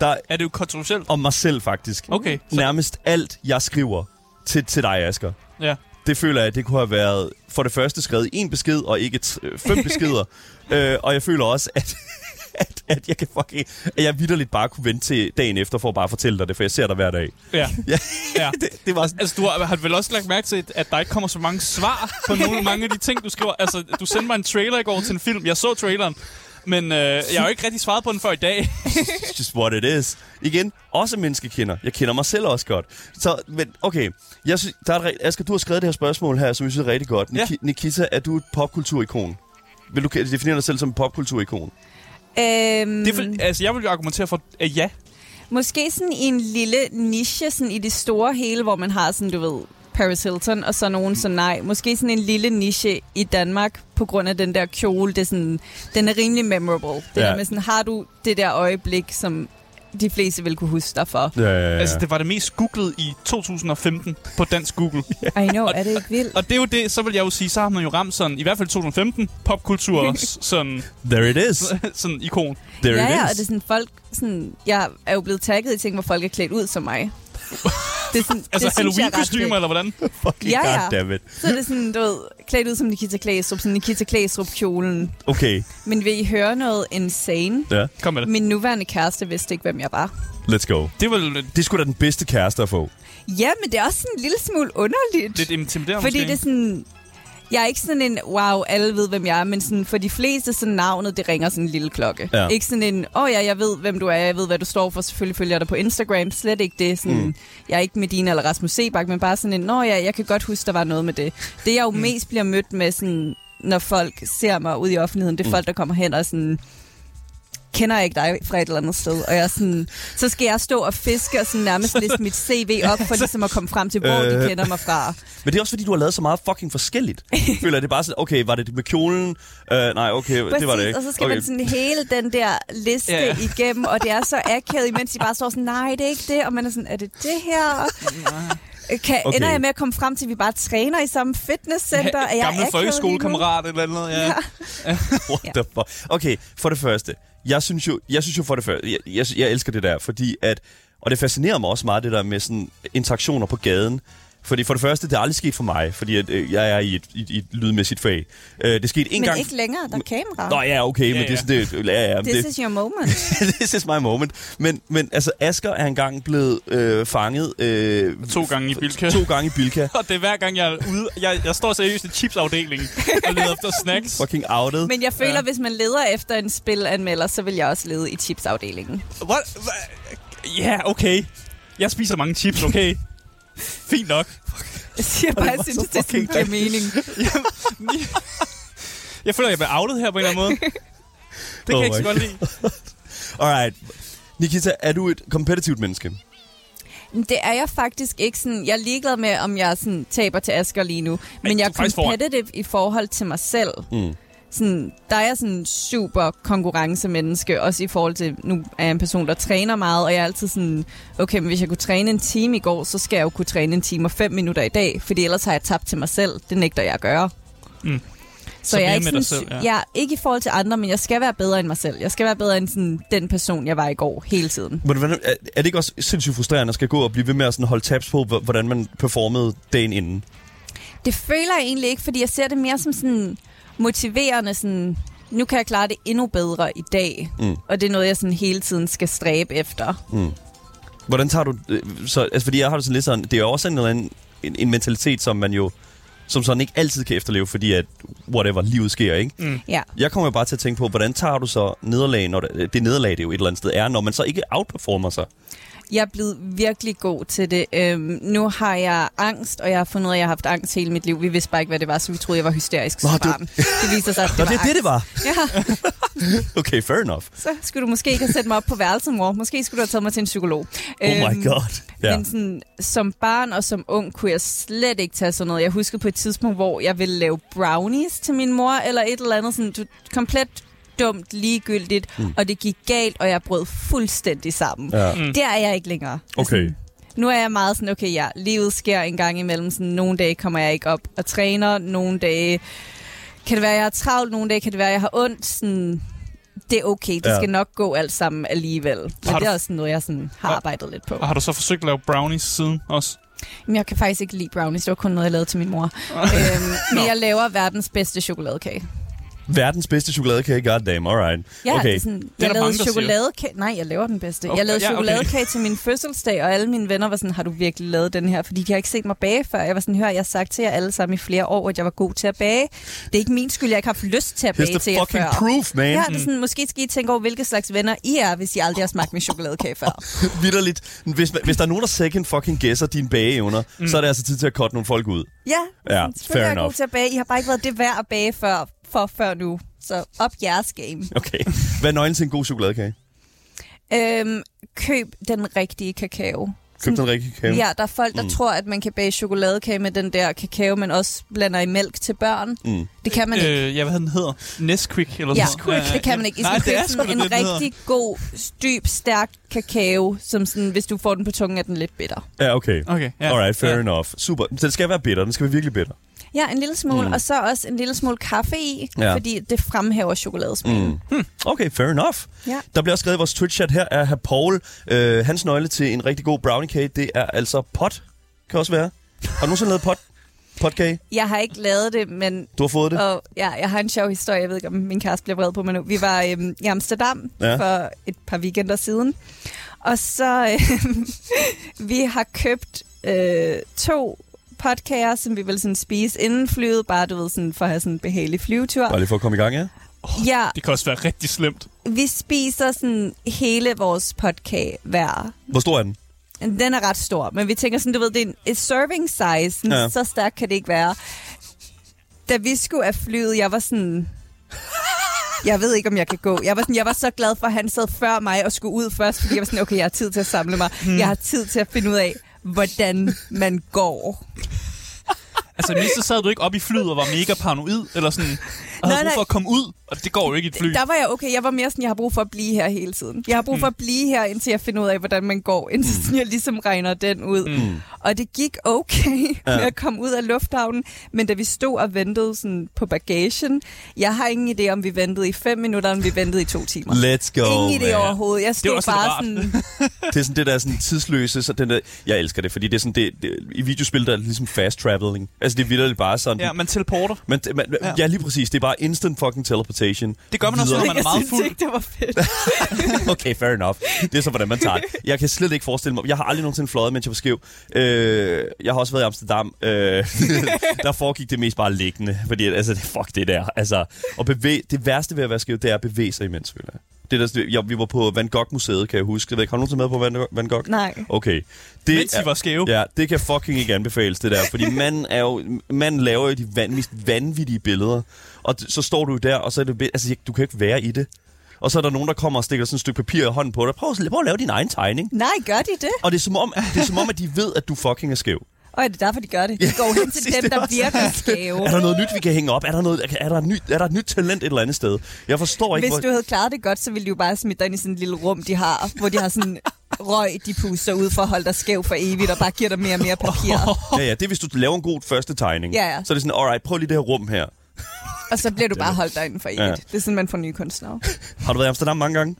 [SPEAKER 2] Der
[SPEAKER 3] Er det jo kontroversielt?
[SPEAKER 2] om mig selv, faktisk.
[SPEAKER 3] Okay, så-
[SPEAKER 2] Nærmest alt, jeg skriver til, til dig, Asger,
[SPEAKER 3] Ja.
[SPEAKER 2] det føler jeg, det kunne have været for det første skrevet en besked, og ikke t- øh, fem beskeder. øh, og jeg føler også, at, at, at jeg kan fucking, at jeg vidderligt bare kunne vente til dagen efter for at bare fortælle dig det, for jeg ser dig hver dag.
[SPEAKER 3] Ja.
[SPEAKER 2] Ja,
[SPEAKER 3] ja.
[SPEAKER 2] det, det var sådan,
[SPEAKER 3] Altså, du har, har vel også lagt mærke til, at der ikke kommer så mange svar på nogle, mange af de ting, du skriver. Altså, du sendte mig en trailer i går til en film. Jeg så traileren, men øh, jeg har jo ikke rigtig svaret på den før i dag.
[SPEAKER 2] It's just what it is. Igen, også menneskekender. Jeg kender mig selv også godt. Så, men okay. Jeg synes, der er et, rigt- Asger, du har skrevet det her spørgsmål her, som jeg synes er rigtig godt.
[SPEAKER 3] Ja.
[SPEAKER 2] Niki- Nikita, er du et popkulturikon? Vil du kan- definere dig selv som et popkulturikon?
[SPEAKER 4] Øhm,
[SPEAKER 3] Det er, vel- altså, jeg vil jo argumentere for, at ja.
[SPEAKER 4] Måske sådan i en lille niche sådan i det store hele, hvor man har sådan, du ved, Paris Hilton, og så nogen, så nej. Måske sådan en lille niche i Danmark, på grund af den der kjole. Det er sådan, den er rimelig memorable. Det ja.
[SPEAKER 2] Ja.
[SPEAKER 4] der med sådan, har du det der øjeblik, som de fleste vil kunne huske dig for.
[SPEAKER 2] Ja, ja, ja.
[SPEAKER 3] Altså, det var det mest googlet i 2015 på dansk Google.
[SPEAKER 4] I know, er det ikke vildt?
[SPEAKER 3] Og det er jo det, så vil jeg jo sige, så har man jo ramt sådan, i hvert fald 2015, popkultur sådan,
[SPEAKER 2] There it is.
[SPEAKER 3] sådan ikon. Altså,
[SPEAKER 2] There
[SPEAKER 4] ja,
[SPEAKER 2] it
[SPEAKER 4] ja, og
[SPEAKER 2] is.
[SPEAKER 4] det er sådan, folk, sådan, jeg er jo blevet tagget i ting, hvor folk er klædt ud som mig. Det er sådan,
[SPEAKER 3] Altså
[SPEAKER 4] det synes jeg er ret
[SPEAKER 3] Halloween-kostymer,
[SPEAKER 4] fedt.
[SPEAKER 3] eller hvordan?
[SPEAKER 2] Fucking
[SPEAKER 4] Ja, ja.
[SPEAKER 2] goddammit.
[SPEAKER 4] Så er det sådan, du ved, klædt ud som Nikita Klæstrup, sådan Nikita Klæstrup-kjolen.
[SPEAKER 2] Okay,
[SPEAKER 4] Men vil I høre noget insane?
[SPEAKER 2] ja.
[SPEAKER 3] Kom med det.
[SPEAKER 4] Min nuværende kæreste vidste ikke, hvem jeg var.
[SPEAKER 2] Let's go.
[SPEAKER 3] Det er vel øh,
[SPEAKER 2] Det er sgu da den bedste kæreste at få.
[SPEAKER 4] Ja, men det er også sådan en lille smule underligt.
[SPEAKER 3] lidt intimiderende
[SPEAKER 4] fordi
[SPEAKER 3] måske.
[SPEAKER 4] det er sådan... Jeg er ikke sådan en, wow, alle ved, hvem jeg er, men sådan, for de fleste, sådan navnet, det ringer sådan en lille klokke.
[SPEAKER 2] Ja.
[SPEAKER 4] Ikke sådan en, åh oh ja, jeg ved, hvem du er, jeg ved, hvad du står for, selvfølgelig følger jeg dig på Instagram, slet ikke det. Sådan, mm. Jeg er ikke Medina eller Rasmus Sebak, men bare sådan en, nå ja, jeg kan godt huske, der var noget med det. Det, jeg jo mm. mest bliver mødt med, sådan, når folk ser mig ud i offentligheden, det er mm. folk, der kommer hen og sådan, kender jeg ikke dig fra et eller andet sted, og jeg er sådan, så skal jeg stå og fiske og sådan nærmest liste mit CV op, for ligesom at komme frem til, hvor øh. de
[SPEAKER 2] Øh.
[SPEAKER 4] kender mig fra.
[SPEAKER 2] Men det er også fordi, du har lavet så meget fucking forskelligt. Føler jeg, det er bare sådan, okay, var det det med kjolen? Uh, nej, okay,
[SPEAKER 4] Præcis,
[SPEAKER 2] det var det ikke.
[SPEAKER 4] og så skal
[SPEAKER 2] okay.
[SPEAKER 4] man sådan hele den der liste
[SPEAKER 3] Ja,
[SPEAKER 4] ja,
[SPEAKER 3] ja.
[SPEAKER 4] ja. igennem, og det er så akavet, imens de bare står sådan, nej, det er ikke det, og man er sådan, er det det her? Kan,
[SPEAKER 2] Okay.
[SPEAKER 4] okay. Ender jeg med at komme frem til, at vi bare træner i samme fitnesscenter? Er jeg akavet
[SPEAKER 3] Gamle folkeskolekammerat eller andet, ja. ja.
[SPEAKER 2] What the fuck? Okay, for det første. Jeg synes jo, jeg synes jo for det første, jeg, jeg, jeg elsker det der, fordi at, og det fascinerer mig også meget, det der med sådan interaktioner på gaden. Fordi for det første, det er aldrig sket for mig, fordi at, øh, jeg er i et, i, i et lydmæssigt fag. Øh, det skete en
[SPEAKER 4] Men
[SPEAKER 2] gang...
[SPEAKER 4] ikke længere, der er kamera.
[SPEAKER 2] Nå ja, okay, men
[SPEAKER 3] Ja,
[SPEAKER 2] det er sådan, det, ja, ja, men
[SPEAKER 4] This
[SPEAKER 2] det,
[SPEAKER 4] is your moment.
[SPEAKER 2] This is my moment. Men, men altså, Asker er engang blevet øh, fanget... Øh,
[SPEAKER 3] To gange i Bilka.
[SPEAKER 2] To gange i Bilka.
[SPEAKER 3] Og det er hver gang, jeg er ude. Jeg, jeg står seriøst i chipsafdelingen og leder efter snacks.
[SPEAKER 2] Fucking outet.
[SPEAKER 4] Men jeg føler, ja. hvis man leder efter en spilanmelder, så vil jeg også lede i chipsafdelingen.
[SPEAKER 3] What? Hva- Ja, yeah, okay. Jeg spiser mange chips, okay? Fint nok.
[SPEAKER 4] Jeg siger bare, jeg synes, det sådan giver mening.
[SPEAKER 3] Jeg føler, jeg bliver outet her på en eller anden måde. Det kan oh jeg ikke så
[SPEAKER 2] my
[SPEAKER 3] godt lide.
[SPEAKER 2] Alright. Nikita, er du et kompetitivt menneske?
[SPEAKER 4] Men Det er jeg faktisk ikke sådan... Jeg er ligeglad med, om jeg sådan taber til Asger lige nu. Men
[SPEAKER 3] du
[SPEAKER 4] jeg
[SPEAKER 3] er
[SPEAKER 4] er
[SPEAKER 3] faktisk foran.
[SPEAKER 4] competitive i forhold til mig selv.
[SPEAKER 2] Mm.
[SPEAKER 4] Sådan, der er jeg sådan super konkurrencemenneske, også i forhold til, nu er jeg en person, der træner meget, og jeg er altid sådan, okay, men hvis jeg kunne træne en time i går, så skal jeg jo kunne træne en time og fem minutter i dag, fordi ellers har jeg tabt til mig selv. Det nægter jeg at gøre.
[SPEAKER 3] Mm.
[SPEAKER 4] Så,
[SPEAKER 3] Så
[SPEAKER 4] jeg
[SPEAKER 3] mere
[SPEAKER 4] er
[SPEAKER 3] med
[SPEAKER 4] ikke sådan,
[SPEAKER 3] dig selv, ja.
[SPEAKER 4] ja. ja. ikke i forhold til andre, men jeg skal være bedre end mig selv. Jeg skal være bedre end sådan, den person, jeg var i går hele tiden.
[SPEAKER 2] Men hvordan, er, er det ikke også sindssygt frustrerende at skal gå og blive ved med at sådan holde tabs på, hvor- hvordan man performede dagen inden?
[SPEAKER 4] Det føler jeg egentlig ikke, fordi jeg ser det mere som sådan motiverende, sådan, nu kan jeg klare det endnu bedre i dag.
[SPEAKER 2] Mm.
[SPEAKER 4] Og det er noget, jeg sådan hele tiden skal stræbe efter.
[SPEAKER 2] Hmm. Hvordan tager du... øh, Så, altså, fordi jeg har det sådan lidt sådan, det er jo også en, eller anden, en, en mentalitet, som man jo som sådan ikke altid kan efterleve, fordi at whatever, livet sker, ikke?
[SPEAKER 4] Ja.
[SPEAKER 2] Jeg kommer jo bare til at tænke på, hvordan tager du så nederlag, når det, det nederlag, det jo et eller andet sted er, når man så ikke outperformer sig?
[SPEAKER 4] Jeg er blevet virkelig god til det. Øhm, nu har jeg angst, og jeg har fundet ud af, at jeg har haft angst hele mit liv. Vi vidste bare ikke, hvad det var, så vi troede, jeg var hysterisk som
[SPEAKER 2] Nå, det-
[SPEAKER 4] barn. Det viser sig, at det
[SPEAKER 2] Nå,
[SPEAKER 4] var
[SPEAKER 2] det er det, det var.
[SPEAKER 4] angst. Ja.
[SPEAKER 2] Okay, fair enough.
[SPEAKER 4] så skulle du måske ikke have sat mig op på værelset, mor. Måske skulle du have taget mig til en psykolog. Øhm,
[SPEAKER 2] Oh my god.
[SPEAKER 4] Ja.
[SPEAKER 2] Ja.
[SPEAKER 4] Men sådan, som barn og som ung kunne jeg slet ikke tage sådan noget. Jeg husker på et tidspunkt, hvor jeg ville lave brownies til min mor, eller et eller andet sådan du, komplet dumt, ligegyldigt, mm. og det gik galt, og jeg brød fuldstændig sammen. Ja.
[SPEAKER 2] ja.
[SPEAKER 4] Mm. Der er jeg ikke længere. Altså,
[SPEAKER 2] Okay.
[SPEAKER 4] Nu er jeg meget sådan, okay, ja, livet sker en gang imellem. Sådan, nogle dage kommer jeg ikke op og træner, nogle dage kan det være, jeg har travlt, nogle dage kan det være, jeg har ondt. Sådan, det er okay, det
[SPEAKER 2] Ja.
[SPEAKER 4] ja. skal nok gå alt sammen alligevel. Men
[SPEAKER 3] Har
[SPEAKER 4] det er
[SPEAKER 3] du-
[SPEAKER 4] også sådan noget, jeg sådan har
[SPEAKER 3] Har-
[SPEAKER 4] arbejdet lidt på.
[SPEAKER 3] Og har du så forsøgt at lave brownies siden også?
[SPEAKER 4] Men jeg kan faktisk ikke lide brownies, det var kun noget, jeg lavede til min mor. øhm, men jeg laver verdens bedste chokoladekage.
[SPEAKER 2] Verdens bedste chokoladekage, goddamn, alright.
[SPEAKER 4] Ja, okay.
[SPEAKER 2] okay.
[SPEAKER 4] det er sådan,
[SPEAKER 3] der
[SPEAKER 4] jeg
[SPEAKER 3] mange,
[SPEAKER 4] lavede
[SPEAKER 3] der siger.
[SPEAKER 4] chokoladekage. Nej, jeg laver den bedste.
[SPEAKER 3] Okay,
[SPEAKER 4] Jeg lavede
[SPEAKER 3] ja, okay.
[SPEAKER 4] chokoladekage til min fødselsdag, og alle mine venner var sådan, har du virkelig lavet den her? Fordi de har ikke set mig bage før. Jeg var sådan, hør, jeg har sagt til jer alle sammen i flere år, at jeg var god til at bage. Det er ikke min skyld, jeg ikke har haft lyst til at
[SPEAKER 2] Here's
[SPEAKER 4] bage
[SPEAKER 2] the
[SPEAKER 4] til jer
[SPEAKER 2] fucking
[SPEAKER 4] før.
[SPEAKER 2] proof, man.
[SPEAKER 4] Ja, det er sådan, måske skal I tænke over, hvilke slags venner I er, hvis I aldrig har smagt min chokoladekage før.
[SPEAKER 2] Vitterligt. Hvis, man- hvis der er nogen, der second fucking gæsser dine bageevner, mm. så er det altså tid til at korte nogle folk ud.
[SPEAKER 4] Ja,
[SPEAKER 2] Ja,
[SPEAKER 4] sådan,
[SPEAKER 2] fair
[SPEAKER 4] selvfølgelig er jeg god
[SPEAKER 2] enough.
[SPEAKER 4] til at bage. I har bare ikke været det værd at bage før, for før nu. Så op jeres game.
[SPEAKER 2] Okay. Hvad er nøglen til en god chokoladekage?
[SPEAKER 4] Øhm, køb den rigtige kakao.
[SPEAKER 2] Købte en rigtig kakao.
[SPEAKER 4] Ja, der er folk, der mm. tror, at man kan bage chokoladekage med den der kakao, men også blander i mælk til børn. Mm. Det kan man ikke.
[SPEAKER 3] Øh, ja, hvad den hedder? Nesquik eller
[SPEAKER 4] Ja,
[SPEAKER 3] sådan noget.
[SPEAKER 4] det kan man ikke.
[SPEAKER 3] Øh,
[SPEAKER 4] I
[SPEAKER 3] Nej,
[SPEAKER 4] sådan
[SPEAKER 3] det er
[SPEAKER 4] købe
[SPEAKER 3] sgu da
[SPEAKER 4] sådan en
[SPEAKER 3] det, den hedder.
[SPEAKER 4] rigtig god, dyb, stærk kakao, som sådan, hvis du får den på tungen, er den lidt bitter.
[SPEAKER 2] Ja, okay.
[SPEAKER 3] Okay, ja.
[SPEAKER 2] Alright, fair
[SPEAKER 3] Ja.
[SPEAKER 2] enough. Super. Så den skal være bitter. Den skal være virkelig bitter.
[SPEAKER 4] Ja, en lille smule, mm. og så også en lille smule kaffe i,
[SPEAKER 2] Ja.
[SPEAKER 4] ja. fordi det fremhæver chokoladesmagen. Mm.
[SPEAKER 2] Okay, fair enough.
[SPEAKER 4] Ja.
[SPEAKER 2] Der bliver også skrevet i vores Twitch-chat her, er herr Paul. Øh, hans nøgle til en rigtig god brownie cake, det er altså pot. Kan også være. Har du nogensinde lavet pot? Potkage?
[SPEAKER 4] Jeg har ikke lavet det, men
[SPEAKER 2] Du har fået det?
[SPEAKER 4] Og ja, jeg har en sjov historie, jeg ved ikke, om min kæreste bliver vred på mig nu. Vi var øhm, i Amsterdam
[SPEAKER 2] Ja.
[SPEAKER 4] ja. for et par weekender siden, og så øhm, vi har købt øh, to podcaster, som vi vil sådan spise inden flyet, bare du ved, sådan, for at have sådan en behagelig flyvetur.
[SPEAKER 2] Bare lige for at komme i gang, ja?
[SPEAKER 4] Ja,
[SPEAKER 3] Det kan også være rigtig slemt.
[SPEAKER 4] vi spiser sådan hele vores podcast hver.
[SPEAKER 2] Hvor stor er den?
[SPEAKER 4] Den er ret stor, men vi tænker sådan, du ved, det er en et serving size, sådan,
[SPEAKER 2] Ja.
[SPEAKER 4] ja. så stærk kan det ikke være. Da vi skulle af flyet, jeg var sådan... Jeg ved ikke, om jeg kan gå. Jeg var, sådan, jeg var så glad for, at han sad før mig og skulle ud først, fordi jeg var sådan, okay, jeg har tid til at samle mig. Jeg har tid til at finde ud af, hvordan man går.
[SPEAKER 3] Altså, i det mindste sad du ikke op i flyet og var mega paranoid, eller sådan, og havde
[SPEAKER 4] Nej,
[SPEAKER 3] brug for
[SPEAKER 4] nej.
[SPEAKER 3] at komme ud, og det går jo ikke i et fly.
[SPEAKER 4] Der var jeg okay. Jeg var mere sådan, jeg har brug for at blive her hele tiden. Jeg har brug for
[SPEAKER 3] Hmm.
[SPEAKER 4] at blive her, indtil jeg finder ud af, hvordan man går. Indtil sådan, jeg ligesom regner den ud.
[SPEAKER 3] Hmm.
[SPEAKER 4] Mm. Og det gik okay med at komme ud af lufthavnen. Men da vi stod og ventede sådan, på bagagen, jeg har ingen idé, om vi ventede i fem minutter, eller om vi ventede i to timer.
[SPEAKER 2] Let's go,
[SPEAKER 4] ingen idé
[SPEAKER 2] man.
[SPEAKER 4] overhovedet. Jeg stod
[SPEAKER 3] også lidt
[SPEAKER 4] bare
[SPEAKER 3] rart.
[SPEAKER 4] sådan...
[SPEAKER 2] Det er sådan det der sådan tidsløse, så den der, jeg elsker det, fordi det er sådan det, det i videospil der er det ligesom fast traveling. Altså det er vildt bare sådan.
[SPEAKER 3] Ja, man teleporter.
[SPEAKER 2] Men, man, ja.
[SPEAKER 3] Ja.
[SPEAKER 2] ja. lige præcis. Det er bare instant fucking teleportation.
[SPEAKER 3] Det gør man også, når
[SPEAKER 2] Videre.
[SPEAKER 3] man er
[SPEAKER 4] jeg
[SPEAKER 3] meget
[SPEAKER 4] synes
[SPEAKER 3] fuld.
[SPEAKER 4] ikke, det var fedt.
[SPEAKER 2] Okay, fair enough. Det er så, hvordan man tager det. Jeg kan slet ikke forestille mig. Jeg har aldrig nogensinde fløjet, mens jeg var skæv. Øh, jeg har også været i Amsterdam. Øh, der foregik det mest bare liggende. Fordi altså, fuck det der. Altså, og bevæge, det værste ved at være skæv, det er at bevæge sig imens, føler jeg. Det der, jeg, vi var på Van Gogh-museet, kan jeg huske. Jeg ved ikke, Har du nogensinde været på Van Gogh? Van Gogh?
[SPEAKER 4] Nej.
[SPEAKER 2] Okay. Det
[SPEAKER 3] Mens I var skæve.
[SPEAKER 2] Ja, det kan fucking ikke anbefales, det der. Fordi man, er jo, man laver jo de van, mest vanvittige billeder. Og d- så står du jo der, og så er det... be- Altså, jeg- du kan ikke være i det. Og så er der nogen, der kommer og stikker sådan et stykke papir i hånden på dig. Prøv, at- prøv at lave din egen tegning.
[SPEAKER 4] Nej, gør de det?
[SPEAKER 2] Og det er, som om, det er som om, at de ved, at du fucking er skæv.
[SPEAKER 4] Og er det derfor, de gør det? De går hen til
[SPEAKER 2] præcis,
[SPEAKER 4] dem,
[SPEAKER 2] det er
[SPEAKER 4] der
[SPEAKER 2] også-
[SPEAKER 4] virker skæve.
[SPEAKER 2] Er der noget nyt, vi kan hænge op? Er der, noget, er der, et, nyt, er der et nyt talent et eller andet sted? Jeg forstår ikke,
[SPEAKER 4] Hvis du havde klaret det godt, så ville de jo bare smide dig ind i sådan et lille rum, de har, hvor de har sådan røg, de puster ud for at holde dig skæv for evigt, og bare giver dig mere og mere papir.
[SPEAKER 2] Ja, ja, det er, hvis du laver en god første tegning.
[SPEAKER 4] Ja, ja.
[SPEAKER 2] Så er det sådan, alright, prøv lige det her rum her.
[SPEAKER 4] Og så bliver du bare holdt derinde for evigt.
[SPEAKER 2] Ja.
[SPEAKER 4] Det er sådan, man får nye kunstnere.
[SPEAKER 2] Har du været i Amsterdam mange gange?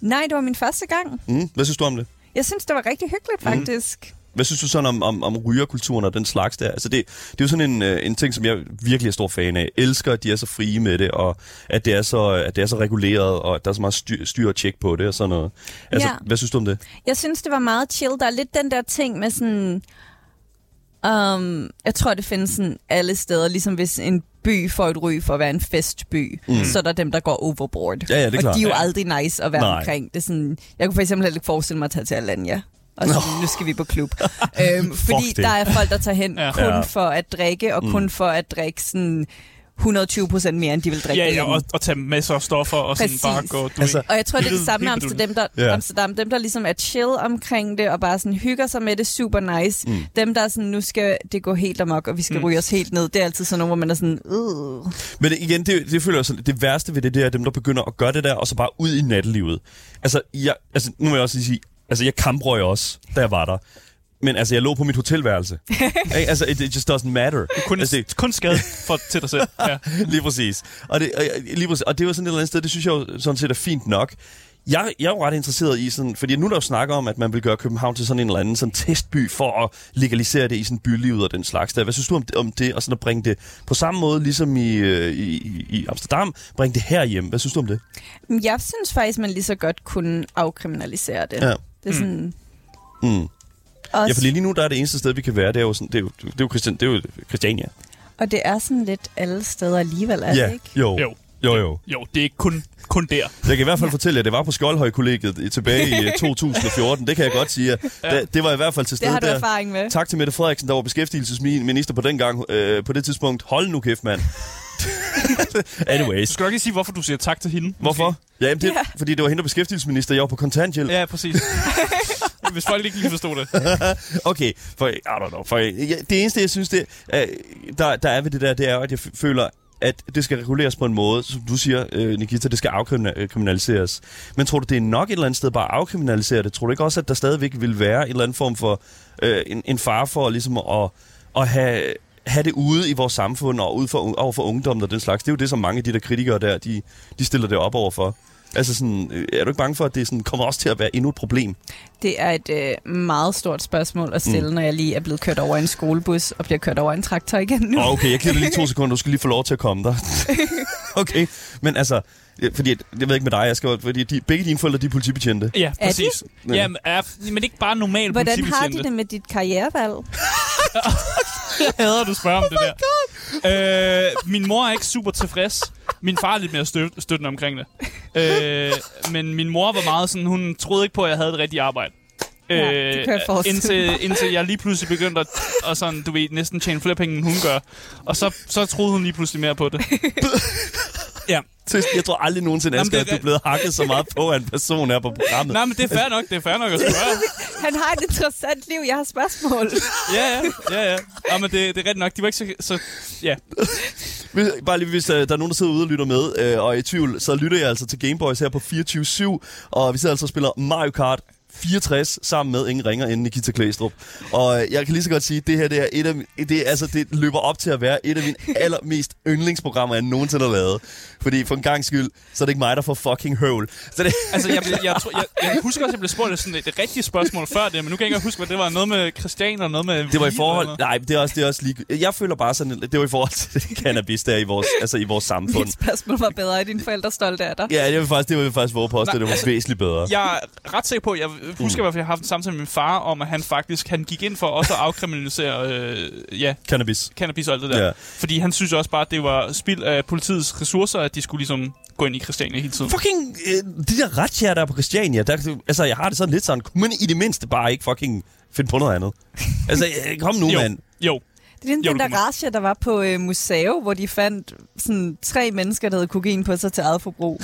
[SPEAKER 4] Nej, det var min første gang.
[SPEAKER 2] Mm. Hvad synes du om det?
[SPEAKER 4] Jeg synes, det var rigtig hyggeligt,
[SPEAKER 2] Mhm.
[SPEAKER 4] faktisk.
[SPEAKER 2] Hvad synes du sådan om, om, om rygerkulturen og den slags der? Altså det, det er jo sådan en, øh, en ting, som jeg virkelig er stor fan af. Elsker, at de er så frie med det, og at det er så, at det er så reguleret, og at der er så meget styr, styr og tjek på det og sådan noget. Altså,
[SPEAKER 4] Ja.
[SPEAKER 2] hvad synes du om det?
[SPEAKER 4] Jeg synes, det var meget chill. Der er lidt den der ting med sådan... Um, jeg tror, det findes sådan alle steder. Ligesom hvis en by får et ry for at være en festby, mm. så er der dem, der går overboard.
[SPEAKER 2] Ja, ja, det er
[SPEAKER 4] og
[SPEAKER 2] klart.
[SPEAKER 4] de er jo
[SPEAKER 2] Ja.
[SPEAKER 4] aldrig nice at være
[SPEAKER 2] Nej.
[SPEAKER 4] Nej. omkring. Det er sådan, jeg kunne for eksempel heller ikke forestille mig at tage til Alanya. Og så, nu skal vi på klub. øhm, fordi
[SPEAKER 2] det.
[SPEAKER 4] der er folk, der tager hen
[SPEAKER 3] Ja.
[SPEAKER 4] ja. kun
[SPEAKER 2] Ja.
[SPEAKER 4] for at drikke, og mm. kun for at drikke sådan 120 procent mere, end de vil drikke
[SPEAKER 3] Ja, ja,
[SPEAKER 4] derhjemme.
[SPEAKER 3] og, og tage masser af stoffer og sådan
[SPEAKER 4] Præcis.
[SPEAKER 3] bare gå. Du
[SPEAKER 2] Altså,
[SPEAKER 3] altså,
[SPEAKER 4] Og jeg tror, det er det
[SPEAKER 3] Helt-
[SPEAKER 4] samme med
[SPEAKER 3] helt
[SPEAKER 4] Amsterdam der,
[SPEAKER 2] Ja.
[SPEAKER 4] yeah. Amsterdam. Dem, der ligesom er chill omkring det, og bare sådan hygger sig med det, super nice. Mm. Dem, der er sådan, nu skal det gå helt amok, og vi skal mm. ryge os helt ned. Det er altid sådan nogle, hvor man er sådan, øh.
[SPEAKER 2] Men det- igen, det, det føler jeg sådan, det værste ved det, det er dem, der begynder at gøre det der, og så bare ud i nattelivet. Altså, jeg, altså nu må jeg også lige sige, altså jeg kamprøg også, da jeg var der. Men altså, jeg lå på mit hotelværelse. Ikke? altså, it, it just doesn't matter.
[SPEAKER 3] kun,
[SPEAKER 2] altså,
[SPEAKER 3] kun skade for, til dig selv. Ja.
[SPEAKER 2] lige præcis. Og det, og, jeg- lige præcis. og det var sådan et eller andet sted, det synes jeg jo sådan set er fint nok. Jeg, jeg er jo ret interesseret i sådan, fordi nu er der jo snakker om, at man vil gøre København til sådan en eller anden sådan testby for at legalisere det i sådan bylivet og den slags der. Hvad synes du om det, om det og sådan at bringe det på samme måde, ligesom i, øh, i, i- i Amsterdam, bringe det her hjem? Hvad synes du om det?
[SPEAKER 4] Men Jeg synes faktisk, man lige så godt kunne afkriminalisere det.
[SPEAKER 2] Ja.
[SPEAKER 4] Det er sådan...
[SPEAKER 2] Mm. Ja,
[SPEAKER 4] Også,
[SPEAKER 2] fordi lige nu der er det eneste sted, vi kan være, det er jo, sådan, det er jo, det er jo, Christian, det er jo Christiania.
[SPEAKER 4] og det er sådan lidt alle steder alligevel, er det ikke?
[SPEAKER 2] jo.
[SPEAKER 3] Jo.
[SPEAKER 2] Jo, jo.
[SPEAKER 3] Jo, det er ikke kun, kun der.
[SPEAKER 2] Jeg kan i hvert fald fortælle jer, at det var på Skoldhøj-kollegiet i- tilbage i øh, 2014. Det kan jeg godt sige. jer. Det, det var i hvert fald til
[SPEAKER 4] Det
[SPEAKER 2] stede
[SPEAKER 4] har du
[SPEAKER 2] der.
[SPEAKER 4] erfaring med.
[SPEAKER 2] Tak til Mette Frederiksen, der var beskæftigelsesminister på, den gang, øh, på det tidspunkt. Hold nu kæft, mand. Anyways.
[SPEAKER 3] Du skal nok ikke sige, hvorfor du siger tak til hende.
[SPEAKER 2] Hvorfor? Ja, jamen, det,
[SPEAKER 4] Ja.
[SPEAKER 2] fordi det var hende, der var beskæftigelsesminister. Jeg var på kontanthjælp.
[SPEAKER 3] Ja, præcis. Hvis folk ikke lige forstod det.
[SPEAKER 2] Okay, for, I don't know, for ja, det eneste, jeg synes, det, øh, der, der er ved det der, det er jo, at jeg f- føler, at det skal reguleres på en måde, som du siger, øh, Nikita, det skal afkriminaliseres. Men tror du, det er nok et eller andet sted bare at afkriminalisere det? Tror du ikke også, at der stadigvæk vil være en eller anden form for øh, en, en far for ligesom at, at have, have det ude i vores samfund og ud for, un- over for ungdommen og den slags? Det er jo det, som mange af de der kritikere der, de, de stiller det op over for. Altså sådan, øh, er du ikke bange for, at det sådan, kommer også til at være endnu et problem?
[SPEAKER 4] Det er et øh, meget stort spørgsmål at stille, mm. når jeg lige er blevet kørt over en skolebus og bliver kørt over en traktor igen nu.
[SPEAKER 2] Åh, Okay, jeg giver dig lige to sekunder. Du skal lige få lov til at komme der. okay, men altså... ja, Fordi, at- jeg ved ikke med dig, Asger, fordi de, begge dine forældre, de er politibetjente.
[SPEAKER 3] Ja,
[SPEAKER 4] de?
[SPEAKER 3] præcis. Ja, men, er, men ikke bare normal
[SPEAKER 4] Hvordan har de
[SPEAKER 3] politibetjente.
[SPEAKER 4] det med dit karrierevalg?
[SPEAKER 3] Jeg hader, at du spørger
[SPEAKER 4] Oh
[SPEAKER 3] om det der. Øh, min mor er ikke super tilfreds. Min far er lidt mere støt, støttende omkring det. Øh, men min mor var meget sådan, hun troede ikke på, at jeg havde et rigtigt arbejde. Øh,
[SPEAKER 4] Ja, det kan jeg forestille
[SPEAKER 3] indtil, indtil jeg lige pludselig begyndte at, og sådan, du ved, næsten tjene flere penge, end hun gør. Og så, så troede hun lige pludselig mere på det. ja.
[SPEAKER 2] Så Jeg tror aldrig nogensinde,
[SPEAKER 3] Jamen,
[SPEAKER 2] Asger, at
[SPEAKER 3] det er
[SPEAKER 2] du er
[SPEAKER 3] det.
[SPEAKER 2] blevet hakket så meget på af en person her på programmet.
[SPEAKER 3] Nej, men det er fair nok, det er fair nok at spørge.
[SPEAKER 4] Han har et interessant liv, jeg har spørgsmål.
[SPEAKER 3] Ja, ja, ja, ja. Ja, men det, det er rigtigt nok, de var ikke så... så ja.
[SPEAKER 2] Hvis- Bare lige, hvis øh, der er nogen, der sidder ude og lytter med, øh, og er i tvivl, så lytter jeg altså til Gameboys her på 24-7, og vi sidder altså og spiller Mario Kart 64 sammen med ingen ringer end Nikita Klæstrup. Og øh, jeg kan lige så godt sige, at det her det er et af, min- det, er, altså, det løber op til at være et af mine allermest yndlingsprogrammer, jeg nogensinde har lavet. Fordi for en gang skyld, så er det ikke mig, der får fucking høvl. Så det,
[SPEAKER 3] Altså, jeg, blev- jeg, tror, jeg, jeg husker også, at jeg blev spurgt sådan et, et rigtigt spørgsmål før det, men nu kan jeg ikke engang huske, hvad det var. Noget med Christian og noget med...
[SPEAKER 2] det var i
[SPEAKER 3] Wien
[SPEAKER 2] forhold...
[SPEAKER 3] eller noget.
[SPEAKER 2] Nej, det er også, det er også lige... Jeg føler bare sådan... Det var i forhold til cannabis der i vores, altså i vores samfund.
[SPEAKER 4] Mit spørgsmål var bedre, at dine forældre stolte af dig.
[SPEAKER 2] Ja, det var faktisk, det var jeg faktisk våge påstå,
[SPEAKER 3] Nej,
[SPEAKER 2] det var
[SPEAKER 3] altså,
[SPEAKER 2] væsentligt bedre.
[SPEAKER 3] Jeg er ret sikker på, jeg husker i hvert fald, at jeg har haft en samtale med min far om, at han faktisk han gik ind for også at afkriminalisere øh, ja,
[SPEAKER 2] Cannabis.
[SPEAKER 3] cannabis og alt det der.
[SPEAKER 2] Ja.
[SPEAKER 3] Ja. Fordi han synes også bare, at det var spild af politiets ressourcer, at de skulle ligesom gå ind i Christiania hele tiden.
[SPEAKER 2] fucking øh, de der retsjager, der er på Christiania, der, altså jeg har det sådan lidt sådan, kunne man i det mindste bare ikke fucking finde på noget andet? Altså øh, kom nu,
[SPEAKER 3] jo,
[SPEAKER 2] mand.
[SPEAKER 3] jo.
[SPEAKER 4] Det er den,
[SPEAKER 3] Jo,
[SPEAKER 4] den
[SPEAKER 3] det
[SPEAKER 4] der
[SPEAKER 3] kommer.
[SPEAKER 4] razzia, der var på øh, museet, hvor de fandt sådan, tre mennesker, der havde kokain på sig til eget forbrug.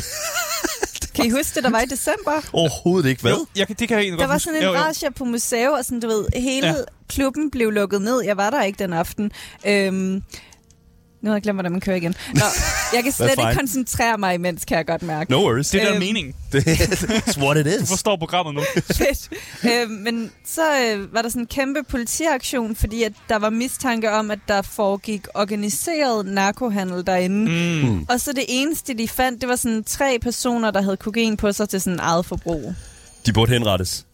[SPEAKER 4] kan I huske det, der var i december?
[SPEAKER 2] Overhovedet ikke, hvad?
[SPEAKER 3] Jo, jeg, kan- det kan jeg egentlig
[SPEAKER 4] Der
[SPEAKER 3] godt
[SPEAKER 4] var
[SPEAKER 3] huske.
[SPEAKER 4] sådan en
[SPEAKER 3] Jo, jo.
[SPEAKER 4] razzia på museet, og sådan, du ved, hele
[SPEAKER 3] Ja.
[SPEAKER 4] ja. klubben blev lukket ned. Jeg var der ikke den aften. Øhm, nu har jeg glemt, hvordan man kører igen. Nå, jeg kan slet
[SPEAKER 2] fine.
[SPEAKER 4] ikke koncentrere mig imens, kan jeg godt mærke.
[SPEAKER 2] No worries.
[SPEAKER 3] Det er der
[SPEAKER 4] Øhm,
[SPEAKER 3] mening.
[SPEAKER 2] Det, that's what it
[SPEAKER 3] Du
[SPEAKER 2] is.
[SPEAKER 3] forstår programmet nu.
[SPEAKER 4] fedt. Øh, men så øh, var der sådan en kæmpe politiaktion, fordi at der var mistanke om, at der foregik organiseret narkohandel derinde. Mm. Og så det eneste, de fandt, det var sådan tre personer, der havde kokain på sig til sådan eget forbrug.
[SPEAKER 2] De burde henrettes.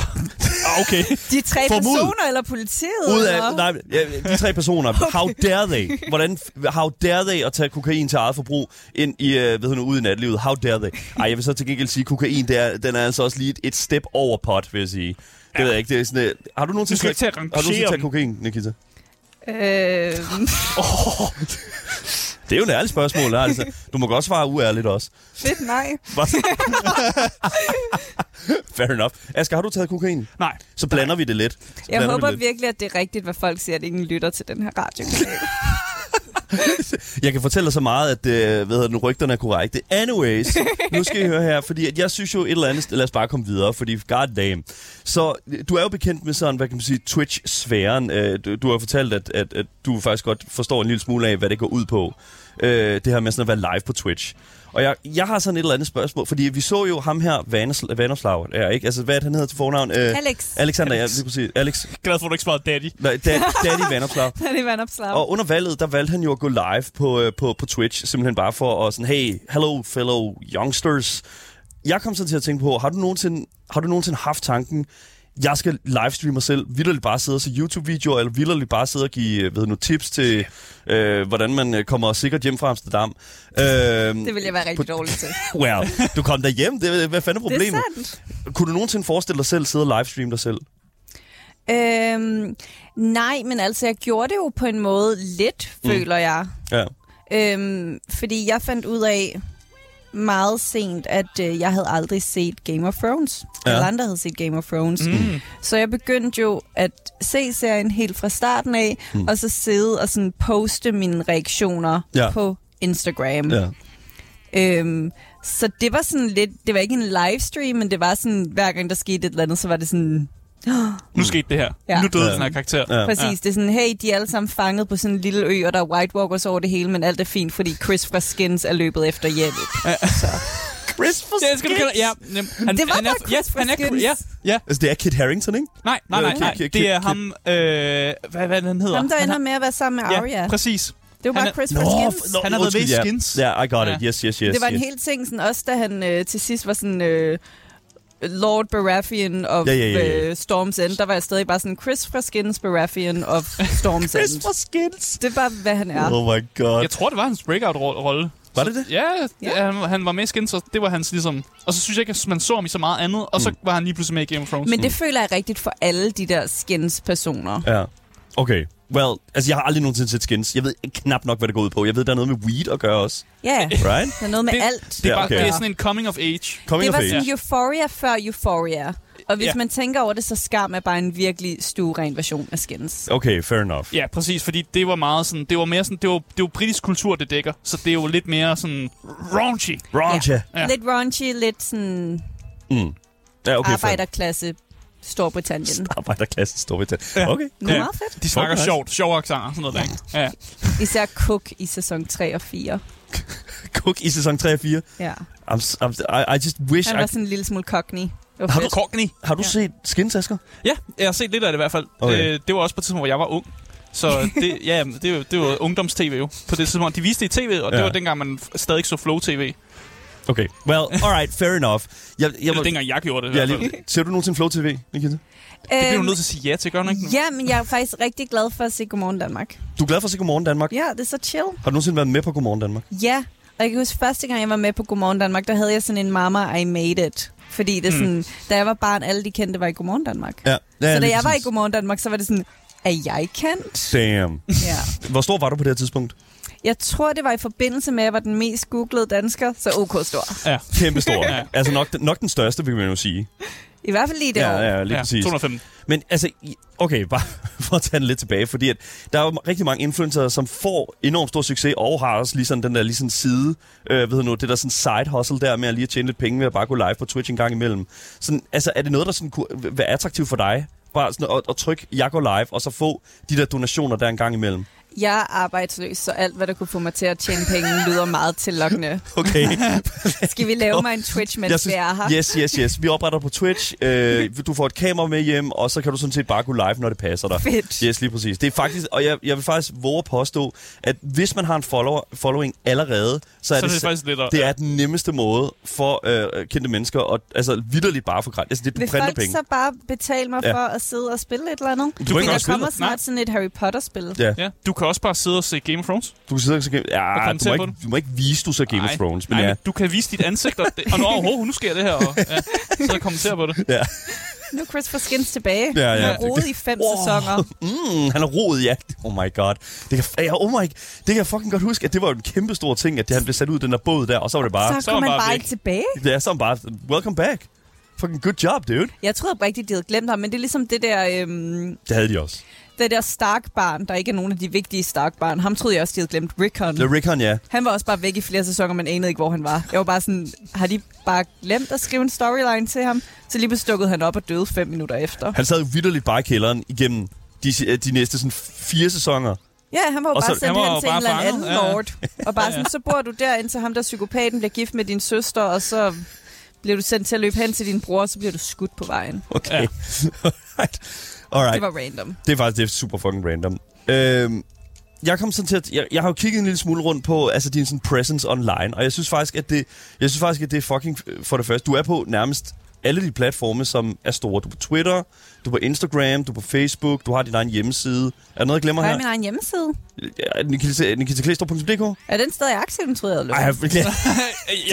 [SPEAKER 3] Ah, okay.
[SPEAKER 4] De tre
[SPEAKER 2] Formod.
[SPEAKER 4] personer eller politiet?
[SPEAKER 2] Ud
[SPEAKER 4] eller?
[SPEAKER 2] af, nej, ja, de tre personer, how dare they? Hvordan, f- how dare they at tage kokain til eget forbrug ind i, øh, hvad hedder nu, ud i natlivet? How dare they? Ej, jeg vil så til gengæld sige, kokain, det er, den er altså også lige et, et step over pot, vil jeg sige. Det ved jeg ikke, det er sådan, øh, har du nogensinde,
[SPEAKER 3] Du skal ikke til at
[SPEAKER 2] har du nogensinde
[SPEAKER 3] rangere
[SPEAKER 2] taget
[SPEAKER 3] dem.
[SPEAKER 2] kokain, Nikita?
[SPEAKER 4] Øh,
[SPEAKER 2] Det er jo et ærligt spørgsmål, der, altså. Du må godt svare uærligt også.
[SPEAKER 4] fedt, nej.
[SPEAKER 2] Bare- Fair enough. Asger, har du taget kokain?
[SPEAKER 3] Nej.
[SPEAKER 2] Så blander vi det lidt. Så
[SPEAKER 4] Jeg
[SPEAKER 2] blander vi
[SPEAKER 4] håber
[SPEAKER 2] det
[SPEAKER 4] virkelig, at det er rigtigt, hvad folk siger, at ingen lytter til den her radio.
[SPEAKER 2] lidt. Jeg kan fortælle dig så meget, at øh, hvad hedder den, rygterne er korrekte. Anyways, nu skal I høre her, fordi at jeg synes jo et eller andet... Lad os bare komme videre, fordi god damn. Så øh, du er jo bekendt med sådan, hvad kan man sige, Twitch-sfæren. Øh, du, du har fortalt, at, at, at du faktisk godt forstår en lille smule af, hvad det går ud på. Øh, det her med sådan at være live på Twitch. Og jeg, jeg har sådan et eller andet spørgsmål, fordi vi så jo ham her, Vanos- Vanoslav, ja, ikke? Altså, hvad er det, han hedder til fornavn? Øh,
[SPEAKER 4] Alex.
[SPEAKER 2] Alexander, ja, lige præcis. Alex,
[SPEAKER 3] Glad for, at du ikke svarede daddy.
[SPEAKER 2] Nej, Dad, Daddy Vandopslag.
[SPEAKER 4] det er vandopslag.
[SPEAKER 2] Og under valget, der valgte han jo at gå live på, øh, på, på Twitch, simpelthen bare for at sådan, hey, hello fellow youngsters. Jeg kom så til at tænke på, har du nogensinde, har du nogensinde haft tanken, jeg skal livestreame mig selv, vildt bare sidde og se YouTube-videoer, eller vildt bare sidde og give øh, ved nu, tips til, øh, hvordan man øh, kommer sikkert hjem fra Amsterdam. Øh,
[SPEAKER 4] Det vil jeg være rigtig dårlig til.
[SPEAKER 2] Well, du kom derhjem, det, hvad fanden er
[SPEAKER 4] Det
[SPEAKER 2] problemet?
[SPEAKER 4] er sandt.
[SPEAKER 2] Kunne du nogensinde forestille dig selv sidde og livestreame dig selv?
[SPEAKER 4] Øhm, nej, men altså, jeg gjorde det jo på en måde lidt, mm. føler jeg.
[SPEAKER 2] Ja.
[SPEAKER 4] Øhm, fordi jeg fandt ud af meget sent, at øh, jeg havde aldrig set Game of Thrones.
[SPEAKER 2] Ja.
[SPEAKER 4] Ja. Alle andre havde set Game of Thrones. Mm. Så jeg begyndte jo at se serien helt fra starten af, mm. og så sidde og sådan poste mine reaktioner
[SPEAKER 2] Ja.
[SPEAKER 4] ja. på Instagram.
[SPEAKER 2] Ja.
[SPEAKER 4] Øhm, så det var sådan lidt, det var ikke en livestream, men det var sådan, hver gang der skete et eller andet, så var det sådan,
[SPEAKER 3] Nu skete det her.
[SPEAKER 4] Ja.
[SPEAKER 3] Nu døde
[SPEAKER 2] Mm. Ja.
[SPEAKER 3] den her karakter.
[SPEAKER 2] Ja.
[SPEAKER 4] præcis, ja. det er sådan, hey, de er alle sammen fanget på sådan en lille ø, og der er White Walkers over det hele, men alt er fint, fordi Chris fra Skins er løbet efter hjælp.
[SPEAKER 2] Chris for
[SPEAKER 3] Det skal du kalde. Ja, nem- han,
[SPEAKER 4] Det var
[SPEAKER 3] han er,
[SPEAKER 4] da Chris
[SPEAKER 3] ja,
[SPEAKER 4] fra
[SPEAKER 3] han er,
[SPEAKER 4] Skins.
[SPEAKER 3] ja, ja.
[SPEAKER 2] Altså, det er Kit Harrington, ikke?
[SPEAKER 3] Nej, nej,
[SPEAKER 2] Øh,
[SPEAKER 3] nej,
[SPEAKER 2] Kit-
[SPEAKER 3] nej.
[SPEAKER 2] Kit-
[SPEAKER 3] Det er
[SPEAKER 2] Kit-
[SPEAKER 3] ham, øh, hvad, hvad den hedder?
[SPEAKER 4] Ham, der
[SPEAKER 3] Han
[SPEAKER 4] ender
[SPEAKER 3] har-
[SPEAKER 4] med at være sammen med Arya.
[SPEAKER 3] Ja, præcis.
[SPEAKER 4] det var
[SPEAKER 3] han
[SPEAKER 4] bare
[SPEAKER 3] er-
[SPEAKER 4] Chris
[SPEAKER 2] Nå,
[SPEAKER 4] fra
[SPEAKER 2] f-
[SPEAKER 4] Skins.
[SPEAKER 2] nå,
[SPEAKER 3] Han har været med i
[SPEAKER 2] undskyld, ja.
[SPEAKER 3] Skins.
[SPEAKER 2] Ja, I got it.
[SPEAKER 3] Ja.
[SPEAKER 2] Yes, yes, yes.
[SPEAKER 4] det var en
[SPEAKER 2] yes.
[SPEAKER 4] hel ting, sådan, også da han øh, til sidst var sådan... Øh, Lord Baratheon of
[SPEAKER 2] Ja, ja, ja, ja.
[SPEAKER 4] Øh, Storm's End, der var jeg stadig bare sådan, Chris fra Skins, Baratheon of Storm's
[SPEAKER 2] Chris
[SPEAKER 4] End.
[SPEAKER 2] for Skins.
[SPEAKER 4] Det var, hvad han er.
[SPEAKER 2] Oh my god.
[SPEAKER 3] Jeg tror, det var hans breakout-rolle.
[SPEAKER 2] Var det det?
[SPEAKER 3] Ja, det-
[SPEAKER 4] Ja.
[SPEAKER 3] Han, han var med i Skins, og det var hans ligesom... Og så synes jeg ikke, at man så ham i så meget andet, og så
[SPEAKER 2] Mm.
[SPEAKER 3] var han lige pludselig med i Game of Thrones.
[SPEAKER 4] Men det føler jeg rigtigt for alle de der skins-personer.
[SPEAKER 2] Ja. Okay. Well, altså jeg har aldrig nogensinde set skins. Jeg ved knap nok, hvad det går ud på. Jeg ved, der er noget med weed at gøre også.
[SPEAKER 4] Ja,
[SPEAKER 2] Right?
[SPEAKER 4] der er noget med
[SPEAKER 3] Det-
[SPEAKER 4] alt.
[SPEAKER 3] det, er
[SPEAKER 2] Ja,
[SPEAKER 3] bare,
[SPEAKER 2] okay.
[SPEAKER 3] det er sådan en coming of age.
[SPEAKER 2] Coming
[SPEAKER 4] det var
[SPEAKER 2] of age.
[SPEAKER 4] sådan Euphoria før Euphoria. Og hvis
[SPEAKER 3] Ja.
[SPEAKER 4] man tænker over det, så skam er bare en virkelig stueren version af skins.
[SPEAKER 2] Okay, fair enough.
[SPEAKER 3] Ja, præcis, fordi det var meget sådan, det var mere sådan, det var, det var britisk kultur, det dækker, så det er jo lidt mere sådan raunchy.
[SPEAKER 2] Roger. Mm.
[SPEAKER 3] Ja.
[SPEAKER 4] Lidt raunchy, lidt sådan
[SPEAKER 2] Ja, okay, fair.
[SPEAKER 4] arbejderklasse Storbritannien.
[SPEAKER 2] Arbejderklassen står ved det.
[SPEAKER 3] Ja.
[SPEAKER 2] Okay.
[SPEAKER 4] Det er
[SPEAKER 3] Ja.
[SPEAKER 4] meget fedt.
[SPEAKER 3] De snakker
[SPEAKER 2] nice.
[SPEAKER 3] sjovt, sjove aksanger og sådan noget der, ikke? Ja.
[SPEAKER 4] Især Cook i sæson 3 og 4.
[SPEAKER 2] Cook i sæson 3 og 4.
[SPEAKER 4] Ja.
[SPEAKER 2] I'm, s- I'm, s- I, I just wish...
[SPEAKER 4] Han var
[SPEAKER 2] I,
[SPEAKER 4] sådan en lille smule cockney. Det var
[SPEAKER 2] Har
[SPEAKER 4] fedt.
[SPEAKER 3] Cockney.
[SPEAKER 2] har du set skinsasker?
[SPEAKER 3] Ja, jeg har set lidt af det i hvert fald.
[SPEAKER 2] Okay.
[SPEAKER 3] Okay. Øh, det var også på et tidspunkt, hvor jeg var ung. Så det, ja, jamen, det, var- det var ungdoms-tv jo. På det tidspunkt, de viste det i tv, og det
[SPEAKER 2] Ja.
[SPEAKER 3] ja. var dengang, man f- stadig så Flow-tv.
[SPEAKER 2] Okay. Well, alright, fair enough. Jeg, jeg,
[SPEAKER 3] Eller dengang jeg gjorde det i
[SPEAKER 2] Ja,
[SPEAKER 3] hvert fald.
[SPEAKER 2] lige, ser du nogensinde Flow TV, Nikita?
[SPEAKER 3] Det bliver du
[SPEAKER 4] Øhm,
[SPEAKER 3] nødt til at sige ja til, gør du ikke?
[SPEAKER 4] Ja, men jeg er faktisk rigtig glad for at se Godmorgen Danmark.
[SPEAKER 2] Du er glad for at se Godmorgen Danmark?
[SPEAKER 4] Ja, det er så chill.
[SPEAKER 2] Har du nogensinde været med på Godmorgen Danmark?
[SPEAKER 4] Ja, og jeg kan huske, første gang jeg var med på Godmorgen Danmark, der havde jeg sådan en Mama, I made it. Fordi det er sådan, mm. da jeg var barn, alle de kendte var i Godmorgen Danmark.
[SPEAKER 2] Ja. ja
[SPEAKER 4] så da
[SPEAKER 2] lige
[SPEAKER 4] jeg var i
[SPEAKER 2] præcis.
[SPEAKER 4] Godmorgen Danmark, så var det sådan, er jeg kendt?
[SPEAKER 2] Damn.
[SPEAKER 4] Ja.
[SPEAKER 2] Hvor stor var du på det her tidspunkt?
[SPEAKER 4] Jeg tror, det var i forbindelse med, at jeg var den mest googlede dansker, så ok stor.
[SPEAKER 3] Ja,
[SPEAKER 2] Kæmpe stor.
[SPEAKER 3] Ja.
[SPEAKER 2] Altså nok, den- nok den største, vil man jo sige.
[SPEAKER 4] I hvert fald lige det
[SPEAKER 2] Ja,
[SPEAKER 4] år.
[SPEAKER 2] ja, lige
[SPEAKER 3] ja
[SPEAKER 2] præcis.
[SPEAKER 3] 215.
[SPEAKER 2] Men altså, i- okay, bare for at tage den lidt tilbage, fordi at der er jo rigtig mange influencer, som får enormt stor succes, og har også lige sådan den der lige sådan side, øh, ved du, det der sådan side hustle der med at lige at tjene lidt penge ved at bare gå live på Twitch en gang imellem. Sådan, altså, er det noget, der sådan kunne være attraktivt for dig? Bare sådan at, at trykke, jeg går live, og så få de der donationer der en gang imellem.
[SPEAKER 4] Jeg er arbejdsløs, så alt, hvad der kunne få mig til at tjene penge, lyder meget tillokkende.
[SPEAKER 2] Okay.
[SPEAKER 4] Skal vi lave mig en Twitch, mens vi er her?
[SPEAKER 2] Yes, yes, yes. Vi opretter på Twitch. Øh, du får et kamera med hjem, og så kan du sådan set bare gå live, når det passer dig.
[SPEAKER 4] Fedt.
[SPEAKER 2] Yes, lige præcis. Det er faktisk, og jeg, jeg vil faktisk våge at påstå, at hvis man har en follower, following allerede, så er,
[SPEAKER 3] Så er det
[SPEAKER 2] det,
[SPEAKER 3] faktisk lidt...
[SPEAKER 2] det er den nemmeste måde for øh, kendte mennesker, og altså vidderligt bare for gratis. Altså, det, du
[SPEAKER 4] Vil
[SPEAKER 2] printer
[SPEAKER 4] folk
[SPEAKER 2] penge.
[SPEAKER 4] så bare betale mig
[SPEAKER 2] Ja.
[SPEAKER 4] ja. for at sidde og spille et eller andet?
[SPEAKER 2] Du kan
[SPEAKER 4] Men
[SPEAKER 2] ikke
[SPEAKER 4] der
[SPEAKER 2] også spille
[SPEAKER 4] kommer
[SPEAKER 2] det.
[SPEAKER 4] snart
[SPEAKER 3] Nej.
[SPEAKER 4] sådan et Harry Potter-spil.
[SPEAKER 2] Ja,
[SPEAKER 3] Ja, du kan også bare sidde og se Game of Thrones.
[SPEAKER 2] du kan sidde og så
[SPEAKER 3] Og
[SPEAKER 2] ja, du,
[SPEAKER 3] kommentere
[SPEAKER 2] må
[SPEAKER 3] på
[SPEAKER 2] ikke, du må ikke vise, du så Game
[SPEAKER 3] Nej,
[SPEAKER 2] of Thrones. Men
[SPEAKER 3] Nej,
[SPEAKER 2] ja.
[SPEAKER 3] men du kan vise dit ansigt, og, det, og når overhovedet, nu sker det her, og ja, så kommentere på det.
[SPEAKER 4] Nu er Chris Skins tilbage.
[SPEAKER 2] Ja, ja.
[SPEAKER 4] Han har rodet i fem
[SPEAKER 2] Wow.
[SPEAKER 4] wow. sæsoner.
[SPEAKER 2] Mm, han er roet, ja. Oh my god. Det kan, ja, oh my, det kan jeg fucking godt huske, at det var jo en kæmpe stor ting, at han blev sat ud i den der båd der, og så var det bare...
[SPEAKER 4] Så,
[SPEAKER 3] så
[SPEAKER 4] så
[SPEAKER 3] er
[SPEAKER 4] kom
[SPEAKER 3] han
[SPEAKER 4] man
[SPEAKER 3] bare
[SPEAKER 4] bare
[SPEAKER 3] væk.
[SPEAKER 4] ikke tilbage.
[SPEAKER 2] Ja, så er han bare, welcome back. Fucking good job, dude.
[SPEAKER 4] Jeg troede oprigtigt, de havde glemt ham, men det er ligesom det der, øhm,
[SPEAKER 2] Det havde de også.
[SPEAKER 4] det der Stark-barn, der ikke er nogen af de vigtige Stark-barn. Ham troede jeg også, de havde glemt. Rickon.
[SPEAKER 2] Le Rickon, ja.
[SPEAKER 4] Han var også bare væk i flere sæsoner, man anede ikke, hvor han var. Jeg var bare sådan, har de bare glemt at skrive en storyline til ham? Så lige pludselig dukkede han op og døde fem minutter efter.
[SPEAKER 2] Han sad jo vidderligt bare i kælderen igennem de, de næste sådan fire sæsoner.
[SPEAKER 4] Ja, han var jo
[SPEAKER 2] Og
[SPEAKER 4] bare
[SPEAKER 2] så-
[SPEAKER 4] sendt
[SPEAKER 3] han var
[SPEAKER 4] hen
[SPEAKER 3] jo
[SPEAKER 4] til en
[SPEAKER 3] bare
[SPEAKER 4] eller anden, anden
[SPEAKER 3] fanget, ja, ja.
[SPEAKER 4] lord. Og bare sådan, så bor du der, indtil ham der psykopaten bliver gift med din søster, og så bliver du sendt til at løbe hen til din bror, og så bliver du skudt på vejen.
[SPEAKER 2] Okay.
[SPEAKER 3] Ja.
[SPEAKER 2] Alright. Alright.
[SPEAKER 4] Det var random.
[SPEAKER 2] Det er faktisk det er super fucking random. Øhm, jeg kom sådan til at, jeg, jeg har jo kigget en lille smule rundt på altså din sådan presence online, og jeg synes faktisk at det jeg synes faktisk at det er fucking øh, for det første du er på nærmest alle de platforme som er store. Du er på Twitter, du er på Instagram, du er på Facebook, du har din egen hjemmeside. Er der noget jeg glemmer
[SPEAKER 4] Har
[SPEAKER 2] her?
[SPEAKER 4] jeg min egen hjemmeside?
[SPEAKER 2] Ja, Øh, Nikita- Nikitaklæstrup.dk?
[SPEAKER 4] Er den stadig aktiv, den troede jeg,
[SPEAKER 2] Ej,
[SPEAKER 4] jeg
[SPEAKER 2] jeg, ja,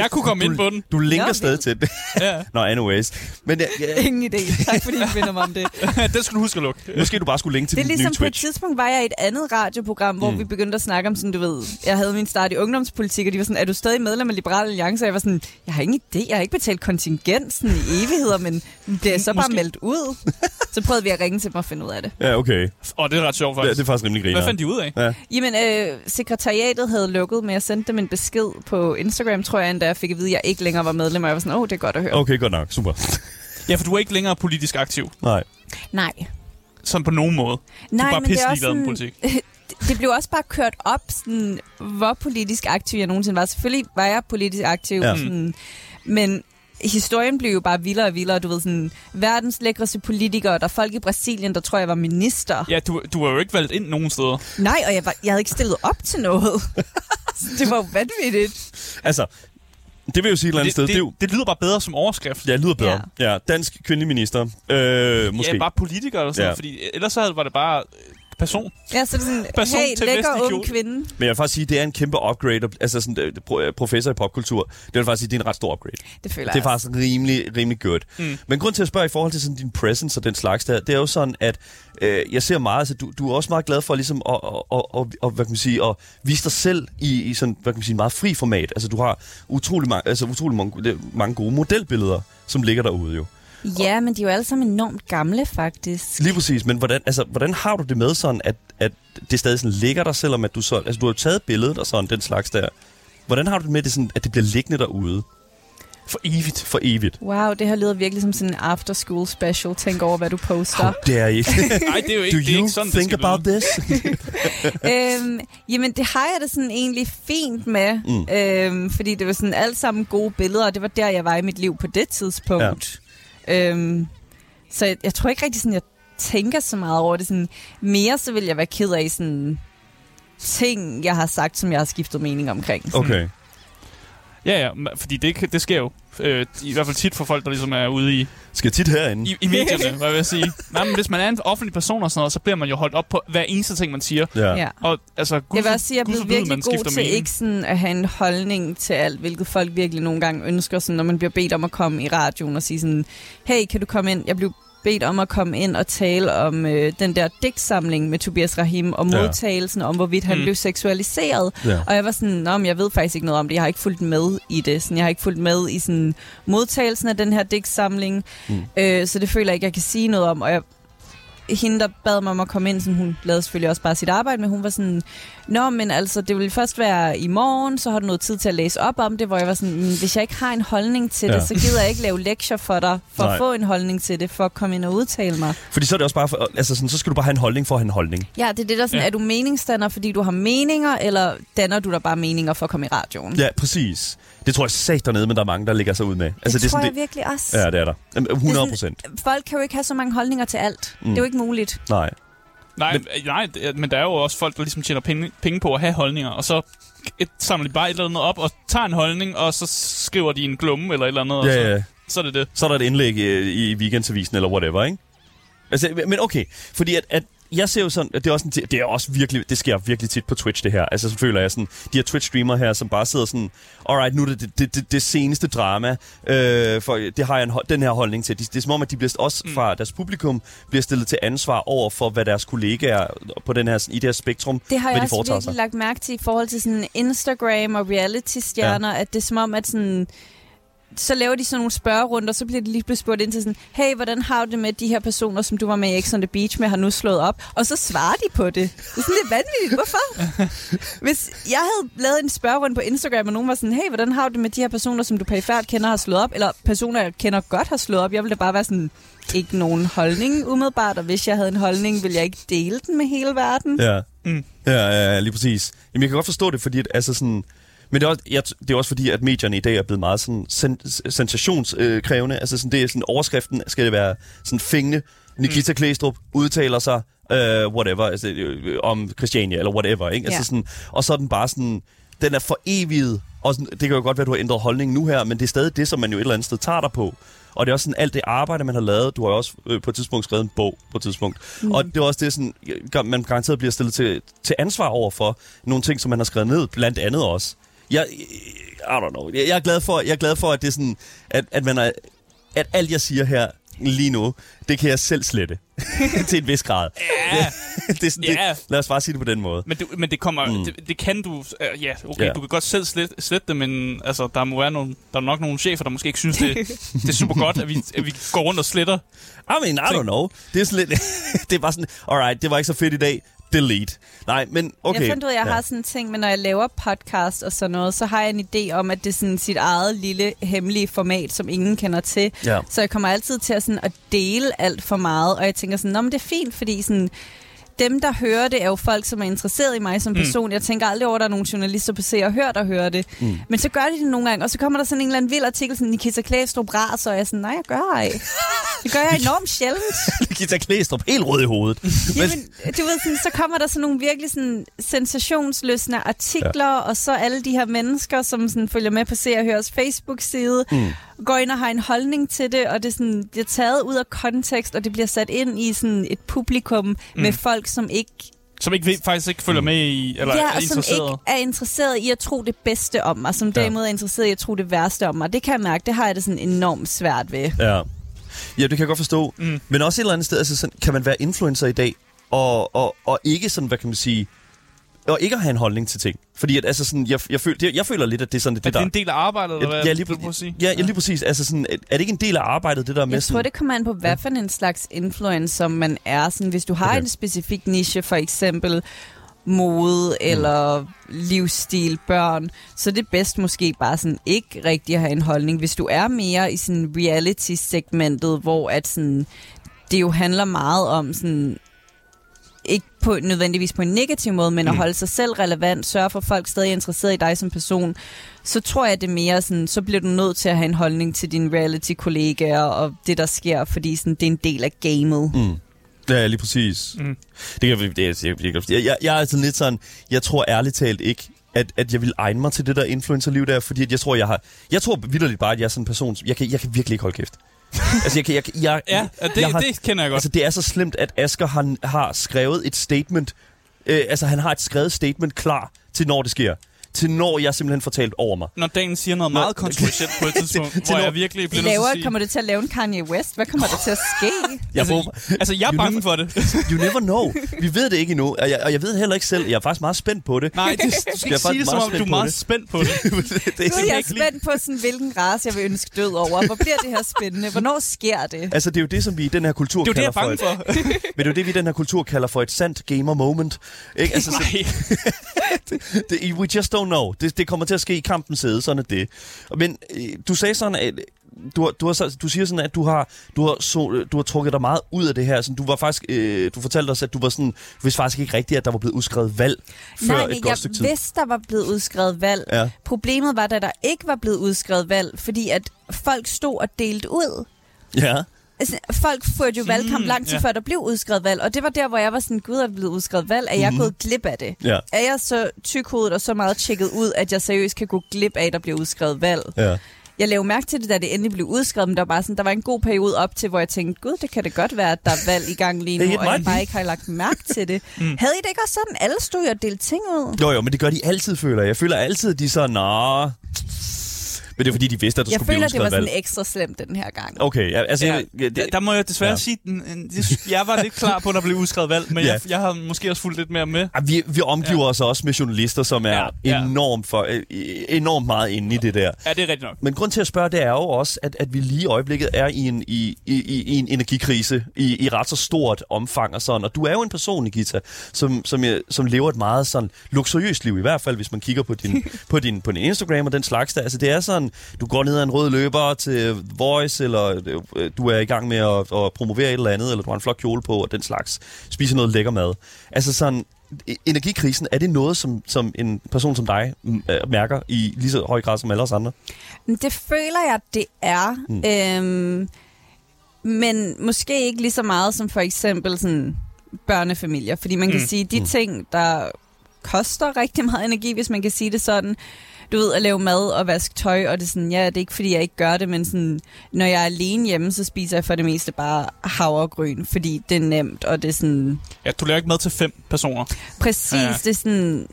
[SPEAKER 3] Jeg kunne komme ind på den.
[SPEAKER 2] du linker
[SPEAKER 4] Nå,
[SPEAKER 2] stadig
[SPEAKER 4] vildt.
[SPEAKER 2] til det.
[SPEAKER 3] Ja.
[SPEAKER 2] Nå, anyways. Men ja, ja,
[SPEAKER 4] Ingen idé. Tak fordi I minder mig om det.
[SPEAKER 3] Det skulle du huske at lukke.
[SPEAKER 2] måske du bare skulle linke til
[SPEAKER 4] Det er
[SPEAKER 2] dit nye
[SPEAKER 4] ligesom på et
[SPEAKER 2] Twitch.
[SPEAKER 4] tidspunkt var jeg i et andet radioprogram, hvor mm. vi begyndte at snakke om sådan, du ved, jeg havde min start i ungdomspolitik, og de var sådan, er du stadig medlem af Liberal Alliance? Og jeg var sådan, jeg har ingen idé, jeg har ikke betalt kontingensen i evigheder, men det er så bare
[SPEAKER 3] Måske-
[SPEAKER 4] meldt ud. Så prøvede vi at ringe til dem og finde ud af det.
[SPEAKER 2] Ja, okay.
[SPEAKER 3] Og det er ret sjovt,
[SPEAKER 2] Det,
[SPEAKER 3] faktisk.
[SPEAKER 2] det er faktisk rimelig griner.
[SPEAKER 3] Hvad fandt de ud af?
[SPEAKER 2] Ja.
[SPEAKER 4] Jamen, øh, sekretariatet havde lukket, men jeg sendte dem en besked på Instagram, tror jeg endda, jeg fik at vide, at jeg ikke længere var medlem, og jeg var sådan, åh, oh, det er godt at høre.
[SPEAKER 2] Okay, godt nok. Super.
[SPEAKER 3] Ja, for du er ikke længere politisk aktiv.
[SPEAKER 2] Nej.
[SPEAKER 4] Nej.
[SPEAKER 3] Sådan på nogen måde.
[SPEAKER 4] Nej,
[SPEAKER 3] bare
[SPEAKER 4] men det er også
[SPEAKER 3] pisseligeglad med politik.
[SPEAKER 4] det- det blev også bare kørt op, sådan, hvor politisk aktiv jeg nogensinde var. Selvfølgelig var jeg politisk aktiv,
[SPEAKER 2] Ja.
[SPEAKER 4] ja. sådan, men historien blev jo bare vildere og vildere. Du ved, sådan, verdens lækreste politikere, der er folk i Brasilien, der tror, jeg var minister. Ja.
[SPEAKER 3] Ja, du, du er jo ikke valgt ind nogen steder.
[SPEAKER 4] Nej, og jeg, var, jeg havde ikke stillet op til noget. Så det var jo vanvittigt.
[SPEAKER 2] Altså, det vil jo sige et eller andet
[SPEAKER 3] Det,
[SPEAKER 2] sted. Det, er jo,
[SPEAKER 3] det, det lyder bare bedre som overskrift.
[SPEAKER 2] ja, lyder bedre. Ja. ja. dansk kvindelig minister. Øh, måske.
[SPEAKER 3] ja bare politiker eller sådan
[SPEAKER 2] Ja.
[SPEAKER 3] ja. fordi ellers så havde- var det bare øh, person.
[SPEAKER 4] Ja, så det er sådan,
[SPEAKER 3] Person
[SPEAKER 4] hey,
[SPEAKER 3] til
[SPEAKER 4] lækker
[SPEAKER 3] vestlig
[SPEAKER 4] ung
[SPEAKER 3] kjole."
[SPEAKER 4] kvinde.
[SPEAKER 2] Men jeg vil faktisk sige, det er en kæmpe upgrade. at- Altså sådan, øh, pro- øh, professor i popkultur, det vil faktisk sige, det er en ret stor upgrade.
[SPEAKER 4] Det føler
[SPEAKER 2] Det
[SPEAKER 4] jeg
[SPEAKER 2] er faktisk rimelig, rimelig godt. Mm. Men grund til at spørge i forhold til sådan din presence og den slags der, det er jo sådan, at øh, jeg ser meget, altså du, du er også meget glad for ligesom at, at, at, at, at, hvad kan man sige, at vise dig selv i, i sådan, hvad kan man sige, meget fri format. Altså du har utrolig, mange, altså, utrolig mange, det- mange gode modelbilleder, som ligger derude jo.
[SPEAKER 4] også. Ja, men de er jo alle sammen enormt gamle, faktisk.
[SPEAKER 2] Lige præcis, men hvordan, altså, hvordan har du det med sådan, at, at det stadig sådan ligger der, selvom at du så, altså du har jo taget billedet og sådan, den slags der. Hvordan har du det med det sådan, at det bliver liggende derude? For evigt. For evigt.
[SPEAKER 4] Wow, det her lyder virkelig som sådan en after school special. Tænk over, hvad du poster.
[SPEAKER 2] How dare you?
[SPEAKER 3] Nej, det er jo ikke,
[SPEAKER 2] Do
[SPEAKER 3] det er
[SPEAKER 2] you
[SPEAKER 3] ikke sådan, det
[SPEAKER 2] think
[SPEAKER 3] skal
[SPEAKER 2] about
[SPEAKER 3] lyde.
[SPEAKER 2] this?
[SPEAKER 4] øhm, jamen, det har jeg det sådan egentlig fint med, mm. øhm, fordi det var sådan alt sammen gode billeder, og det var der, jeg var i mit liv på det tidspunkt. Ja. Øhm, så jeg, jeg tror ikke rigtig sådan, jeg tænker så meget over det. Sådan, mere så vil jeg være ked af sådan ting, jeg har sagt, som jeg har skiftet mening omkring.
[SPEAKER 2] Okay.
[SPEAKER 3] Ja, ja, men- fordi det, kan- det sker jo. Øh, I hvert fald tit for folk, der ligesom er ude i,
[SPEAKER 2] Skal jeg tit herinde?
[SPEAKER 3] i, i medierne, hvad vil jeg sige. Nej, men hvis man er en offentlig person og sådan noget, så bliver man jo holdt op på hver eneste ting, man siger.
[SPEAKER 2] Ja.
[SPEAKER 4] Ja.
[SPEAKER 3] Og altså, gud,
[SPEAKER 4] Jeg vil også sige, at jeg
[SPEAKER 3] gud
[SPEAKER 4] blev
[SPEAKER 3] forbyde,
[SPEAKER 4] virkelig
[SPEAKER 3] man
[SPEAKER 4] god
[SPEAKER 3] skifter
[SPEAKER 4] til
[SPEAKER 3] mening.
[SPEAKER 4] ikke sådan at have en holdning til alt, hvilket folk virkelig nogle gange ønsker, sådan, når man bliver bedt om at komme i radioen og sige sådan, hey, kan du komme ind? Jeg blev bedt om at komme ind og tale om øh, den der digtsamling med Tobias Rahim og
[SPEAKER 2] Ja.
[SPEAKER 4] modtagelsen om, hvorvidt han
[SPEAKER 3] Mm.
[SPEAKER 4] mm. blev seksualiseret.
[SPEAKER 2] Ja.
[SPEAKER 4] Og jeg var sådan, Nå, men jeg ved faktisk ikke noget om det. Jeg har ikke fulgt med i det. Sådan, jeg har ikke fulgt med i sådan, modtagelsen af den her digtsamling.
[SPEAKER 2] Mm.
[SPEAKER 4] Mm. Øh, så det føler jeg ikke, jeg kan sige noget om. Og jeg, hende, der bad mig om at komme ind, sådan, hun lavede selvfølgelig også bare sit arbejde, men hun var sådan, Nå, men altså, det vil først være i morgen, så har du noget tid til at læse op om det, hvor jeg var sådan, "Men hvis jeg ikke har en holdning til ja.
[SPEAKER 2] Ja.
[SPEAKER 4] det, så gider jeg ikke lave lektier for dig, for
[SPEAKER 2] Nej.
[SPEAKER 4] at få en holdning til det, for at komme ind og udtale mig.
[SPEAKER 2] Fordi så er det også bare, for, altså sådan, så skal du bare have en holdning for at have en holdning.
[SPEAKER 3] Mm.
[SPEAKER 4] Ja, det er det der sådan,
[SPEAKER 3] Ja.
[SPEAKER 4] ja. er du meningsdanner, fordi du har meninger, eller danner du der bare meninger for at komme i radioen?
[SPEAKER 2] Ja, præcis. Det tror jeg sagt dernede, men der er mange, der ligger sig ud med.
[SPEAKER 4] Altså, det, det tror
[SPEAKER 2] er
[SPEAKER 4] sådan, jeg
[SPEAKER 2] sådan,
[SPEAKER 4] virkelig også.
[SPEAKER 2] det, ja, det er der. Jamen, 100 procent.
[SPEAKER 4] Folk kan jo ikke have så mange holdninger til alt. Mm. Det er jo ikke muligt.
[SPEAKER 2] Nej.
[SPEAKER 3] Nej, men, nej, det er- men der er jo også folk, der ligesom tjener penge, penge på at have holdninger, og så et, samler de bare et eller andet op og tager en holdning, og så skriver de en klumme eller et eller andet, og
[SPEAKER 2] Ja,
[SPEAKER 3] så,
[SPEAKER 2] ja.
[SPEAKER 3] så er det det.
[SPEAKER 2] så er der et indlæg øh, i weekendavisen eller whatever, ikke? Altså, men okay, fordi at, at jeg ser jo sådan, at det er, også en, det er også virkelig, det sker virkelig tit på Twitch, det her. Altså, så føler jeg sådan, de her Twitch-streamere her, som bare sidder sådan, alright, nu er det det, det, det, det seneste drama, øh, for det har jeg en, hold- den her holdning til. De, det er som om, at de bliver også fra deres publikum, bliver stillet til ansvar over for, hvad deres kollegaer på den her, sådan, i det her spektrum,
[SPEAKER 4] Det har
[SPEAKER 2] hvad
[SPEAKER 4] jeg
[SPEAKER 2] de
[SPEAKER 4] også
[SPEAKER 2] foretager
[SPEAKER 4] virkelig
[SPEAKER 2] sig.
[SPEAKER 4] lagt mærke til i forhold til sådan Instagram og reality-stjerner, ja. at det er som om, at sådan, så laver de sådan nogle spørgerunder, så bliver de lige pludselig spurgt ind til sådan, hey, hvordan har du det med at de her personer, som du var med i X on the Beach med, har nu slået op? Og så svarer de på det. Det er sådan lidt vanvittigt. Hvorfor? Hvis jeg havde lavet en spørgerunde på Instagram, og nogen var sådan, hey, hvordan har du det med de her personer, som du perifært kender har slået op, eller personer, jeg kender godt har slået op, jeg ville da bare være sådan, ikke nogen holdning umiddelbart, og hvis jeg havde en holdning, ville jeg ikke dele den med hele verden.
[SPEAKER 2] Ja. Mm. ja, ja, ja, lige præcis. Jamen, jeg kan godt forstå det, fordi at, altså sådan... Men det er, også, jeg, det er også fordi, at medierne i dag er blevet meget sådan sen, sensationskrævende. Altså sådan, det er sådan, overskriften skal det være sådan fængende. Nikita mm. Klæstrup udtaler sig, øh, whatever, altså, øh, om Christiania, eller whatever, ikke? Altså
[SPEAKER 4] Ja.
[SPEAKER 2] sådan, og så er den bare sådan, den er for evigt, og sådan, det kan jo godt være, at du har ændret holdning nu her, men det er stadig det, som man jo et eller andet sted tager dig på. Og det er også sådan alt det arbejde, man har lavet. Du har jo også øh, på et tidspunkt skrevet en bog på et tidspunkt. Mm. Og det er også det, sådan, gar- man garanteret bliver stillet til, til ansvar over for nogle ting, som man har skrevet ned, blandt andet også. Jeg, øh, I don't know. Jeg, jeg, er, glad for, jeg er glad for, at det er sådan, at, at, man er, at alt, jeg siger her lige nu, det kan jeg selv slette. til en vis grad.
[SPEAKER 3] Ja,
[SPEAKER 2] det er sådan,
[SPEAKER 3] Ja.
[SPEAKER 2] det, lad os bare sige det på den måde.
[SPEAKER 3] Men, du, men det kommer, mm. det, det, kan du, øh, ja, okay,
[SPEAKER 2] Ja.
[SPEAKER 3] du kan godt selv slette, slette det, men altså, der må være nogle, der er nok nogle chefer, der måske ikke synes, det, det er super godt, at vi, at vi går rundt og sletter.
[SPEAKER 2] I mean, I don't know. Det er sådan lidt, det er bare sådan, alright, det var ikke så fedt i dag. Delete. Nej, men okay.
[SPEAKER 4] Jeg fandt ud af, at jeg
[SPEAKER 2] Ja.
[SPEAKER 4] har sådan en ting, men når jeg laver podcast og sådan noget, så har jeg en idé om, at det er sådan sit eget lille hemmelige format, som ingen kender til.
[SPEAKER 2] Ja.
[SPEAKER 4] Så jeg kommer altid til at, sådan, at dele alt for meget, og jeg tænker sådan, Nå, men det er fint, fordi sådan, dem, der hører det, er jo folk, som er interesseret i mig som person. Mm. Jeg tænker aldrig over, at der er nogle journalister på Se og Hør, der hører det. Mm. Men så gør de det nogle gange, og så kommer der sådan en eller anden vild artikel, sådan Nikita Klæstrup raser, og jeg er sådan, nej, jeg gør ej. Det gør jeg enormt sjældent.
[SPEAKER 2] Gita Klæstrup helt rød i hovedet.
[SPEAKER 4] Jamen, du ved, sådan, så kommer der sådan nogle virkelig sådan, sensationsløsne artikler, ja. og så alle de her mennesker, som sådan, følger med på Se og Høres Facebook-side, mm. går ind og har en holdning til det, og det, er sådan, det er taget ud af kontekst, og det bliver sat ind i sådan et publikum mm. med folk, som ikke,
[SPEAKER 3] Som ikke ved, faktisk ikke
[SPEAKER 2] Mm.
[SPEAKER 3] følger med i, eller
[SPEAKER 4] ja,
[SPEAKER 3] er
[SPEAKER 4] og som
[SPEAKER 3] interesseret.
[SPEAKER 4] ikke er interesseret i at tro det bedste om mig, som
[SPEAKER 2] Ja.
[SPEAKER 4] derimod er interesseret i at tro det værste om mig. Det kan jeg mærke, det har jeg det sådan enormt svært ved.
[SPEAKER 2] Ja. ja, det kan jeg godt forstå. Mm. Men også et eller andet sted, altså, sådan, kan man være influencer i dag, og, og, og ikke sådan, hvad kan man sige, og ikke at have en holdning til ting. Fordi at, altså, sådan, jeg, jeg, føler, det, jeg føler lidt, at det er sådan, det,
[SPEAKER 3] Er det
[SPEAKER 2] der...
[SPEAKER 3] en del af arbejdet, eller hvad?
[SPEAKER 2] ja, lige,
[SPEAKER 3] vil du prøve at
[SPEAKER 2] præ-
[SPEAKER 3] sige?
[SPEAKER 2] ja, ja, lige præcis. Altså, sådan, er er det ikke en del af arbejdet, det der med
[SPEAKER 4] Jeg tror,
[SPEAKER 2] sådan,
[SPEAKER 4] det kommer an på, hvad for en slags influencer man er. Sådan, hvis du har
[SPEAKER 2] Okay.
[SPEAKER 4] okay. en specifik niche, for eksempel mode
[SPEAKER 2] Mm.
[SPEAKER 4] eller livsstil, børn, så er det bedst måske bare sådan ikke rigtig at have en holdning. Hvis du er mere i sådan reality-segmentet, hvor at sådan, det jo handler meget om sådan, ikke på, nødvendigvis på en negativ måde, men mm. at holde sig selv relevant, sørge for, at folk stadig er interesseret i dig som person, så tror jeg, det er mere sådan, så bliver du nødt til at have en holdning til dine reality-kollegaer og det, der sker, fordi sådan, det er en del af gamet. Mm.
[SPEAKER 2] Ja, lige præcis. Mm. Det kan jeg, det, jeg, jeg, jeg, jeg, jeg er sådan lidt sådan, jeg tror ærligt talt ikke, at, at jeg vil egne mig til det der influencerliv der, fordi at jeg tror, jeg har, jeg tror vidderligt bare, at jeg er sådan en person, som- jeg kan, jeg kan virkelig ikke holde kæft. altså, jeg kan, jeg, jeg,
[SPEAKER 3] Ja,
[SPEAKER 2] jeg,
[SPEAKER 3] det,
[SPEAKER 2] har,
[SPEAKER 3] det kender jeg godt.
[SPEAKER 2] Altså, det er så slemt, at Asger han har skrevet et statement, øh, altså han har et skrevet statement klar til når det sker. Til når jeg simpelthen får talt over mig.
[SPEAKER 3] når Dan siger noget meget kontroversielt på et tidspunkt,
[SPEAKER 2] til
[SPEAKER 3] hvor
[SPEAKER 2] når-
[SPEAKER 3] jeg virkelig bliver nødt til at
[SPEAKER 4] Laver,
[SPEAKER 3] sige...
[SPEAKER 4] kommer du til at lave en Kanye West? Hvad kommer der til at ske?
[SPEAKER 2] Jeg
[SPEAKER 3] altså,
[SPEAKER 2] håber-
[SPEAKER 3] altså, jeg er
[SPEAKER 2] You
[SPEAKER 3] bange
[SPEAKER 2] never-
[SPEAKER 3] for det.
[SPEAKER 2] You never know. Vi ved det ikke endnu, og jeg, og jeg ved heller ikke selv. Jeg er faktisk meget spændt på det.
[SPEAKER 3] Nej, det, du skal
[SPEAKER 2] Jeg er
[SPEAKER 3] ikke sige
[SPEAKER 2] faktisk
[SPEAKER 3] det, som
[SPEAKER 2] meget
[SPEAKER 3] om du
[SPEAKER 2] spændt
[SPEAKER 3] er
[SPEAKER 2] på
[SPEAKER 3] meget
[SPEAKER 2] det.
[SPEAKER 3] spændt på det.
[SPEAKER 2] det, det,
[SPEAKER 4] Nu er jeg
[SPEAKER 3] ikke lige-
[SPEAKER 4] spændt på, sådan, hvilken race jeg vil ønske død over. Hvor bliver det her spændende? Hvornår sker det?
[SPEAKER 2] Altså, det er jo det, som vi i den her kultur
[SPEAKER 3] Det er jo det,
[SPEAKER 2] kalder
[SPEAKER 3] jeg er
[SPEAKER 2] for.
[SPEAKER 3] bange for.
[SPEAKER 2] et- Men det er jo det, vi i den her kultur kalder for et sandt gamer moment. Ikke? Altså, så,
[SPEAKER 3] Nej,
[SPEAKER 2] det, we just don't know. Det, det kommer til at ske i kampens sæde, sådan er det. Men øh, du sagde sådan, at du, har- du, har, så- du siger sådan, at du har, du, har så, du har trukket dig meget ud af det her. Sådan, du, var faktisk, øh, du fortalte os, at du var sådan, du vidste faktisk ikke rigtigt, at der var blevet udskrevet valg før
[SPEAKER 4] Nej,
[SPEAKER 2] et
[SPEAKER 4] men
[SPEAKER 2] godt
[SPEAKER 4] jeg
[SPEAKER 2] stykke tid.
[SPEAKER 4] vidste, der var blevet udskrevet valg.
[SPEAKER 2] Ja.
[SPEAKER 4] Problemet var, da der ikke var blevet udskrevet valg, fordi at folk stod og delte ud.
[SPEAKER 2] Ja.
[SPEAKER 4] Altså, folk førte
[SPEAKER 2] Mm,
[SPEAKER 4] jo valgkamp lang tid
[SPEAKER 3] ja.
[SPEAKER 4] før, der blev udskrevet valg. Og det var der, hvor jeg var sådan, gud, er der blevet udskrevet valg? Er jeg gået glip af det?
[SPEAKER 2] Mm-hmm. Ja.
[SPEAKER 4] Er jeg så tykhovedet og så meget tjekket ud, at jeg seriøst kan gå glip af, at der bliver udskrevet valg?
[SPEAKER 2] ja.
[SPEAKER 4] Jeg lavede mærke til det, da det endelig blev udskrevet, men der var, bare sådan, der var en god periode op til, hvor jeg tænkte, gud, det kan det godt være, at der er valg i gang lige
[SPEAKER 2] Det er
[SPEAKER 4] nu,
[SPEAKER 2] helt
[SPEAKER 4] og jeg
[SPEAKER 2] mig.
[SPEAKER 4] bare ikke har lagt mærke til det. mm. Havde I det ikke også sådan? Alle stod jo og delte ting ud.
[SPEAKER 2] Jo, jo, men det gør de altid, føler jeg. Jeg føler altid, at de er sådan, nå... Men det er fordi, de vidste, at der
[SPEAKER 4] Jeg
[SPEAKER 2] skulle blive
[SPEAKER 4] føler, det
[SPEAKER 2] udskrevet
[SPEAKER 4] var sådan
[SPEAKER 2] valg.
[SPEAKER 4] ekstra slemt den her gang.
[SPEAKER 2] Okay, ja, altså...
[SPEAKER 3] ja,
[SPEAKER 2] jeg- jeg-
[SPEAKER 3] der- der må jeg desværre
[SPEAKER 2] Ja.
[SPEAKER 3] sige, den, en- det- jeg var lidt klar på, at der blev udskrevet valg, men
[SPEAKER 2] Ja.
[SPEAKER 3] jeg, jeg har måske også fulgt lidt mere med.
[SPEAKER 2] Ej, Vi, vi omgiver ja. os også med journalister, som er ja,
[SPEAKER 3] Ja, ja.
[SPEAKER 2] Enormt, for, øh, øh, enormt meget inde i det der.
[SPEAKER 3] Ja, det er rigtigt nok.
[SPEAKER 2] Men grund til at spørge, det er jo også, at, at vi lige i øjeblikket er i en, i, i, i en energikrise i, i ret så stort omfang og sådan. Og du er jo en person, Nikita, som, som, jeg, som lever et meget sådan luksuriøst liv, i hvert fald hvis man kigger på din, på din, på din Instagram og den slags der. Altså det er sådan, du går ned ad en rød løber til Voice, eller øh, du er i gang med at, at promovere et eller andet, eller du har en flot kjole på og den slags. Spiser noget lækker mad. Altså sådan, e- energikrisen, er det noget, som, som en person som dig mm, øh, mærker i lige så høj grad som alle os andre?
[SPEAKER 4] Men Det føler jeg, det er. Mm. Øhm, men måske ikke lige så meget som for eksempel sådan børnefamilier. Fordi man kan mm. sige, de mm. ting, der koster rigtig meget energi, hvis man kan sige det sådan, du ved, at lave mad og vaske tøj, og det er sådan, ja, det er ikke fordi, jeg ikke gør det, men sådan, når jeg er alene hjemme, så spiser jeg for det meste bare havregryn, fordi det er nemt, og det er sådan,
[SPEAKER 3] Ja, du laver ikke mad til fem personer.
[SPEAKER 4] Præcis, ja.
[SPEAKER 3] Ja.
[SPEAKER 4] det er sådan...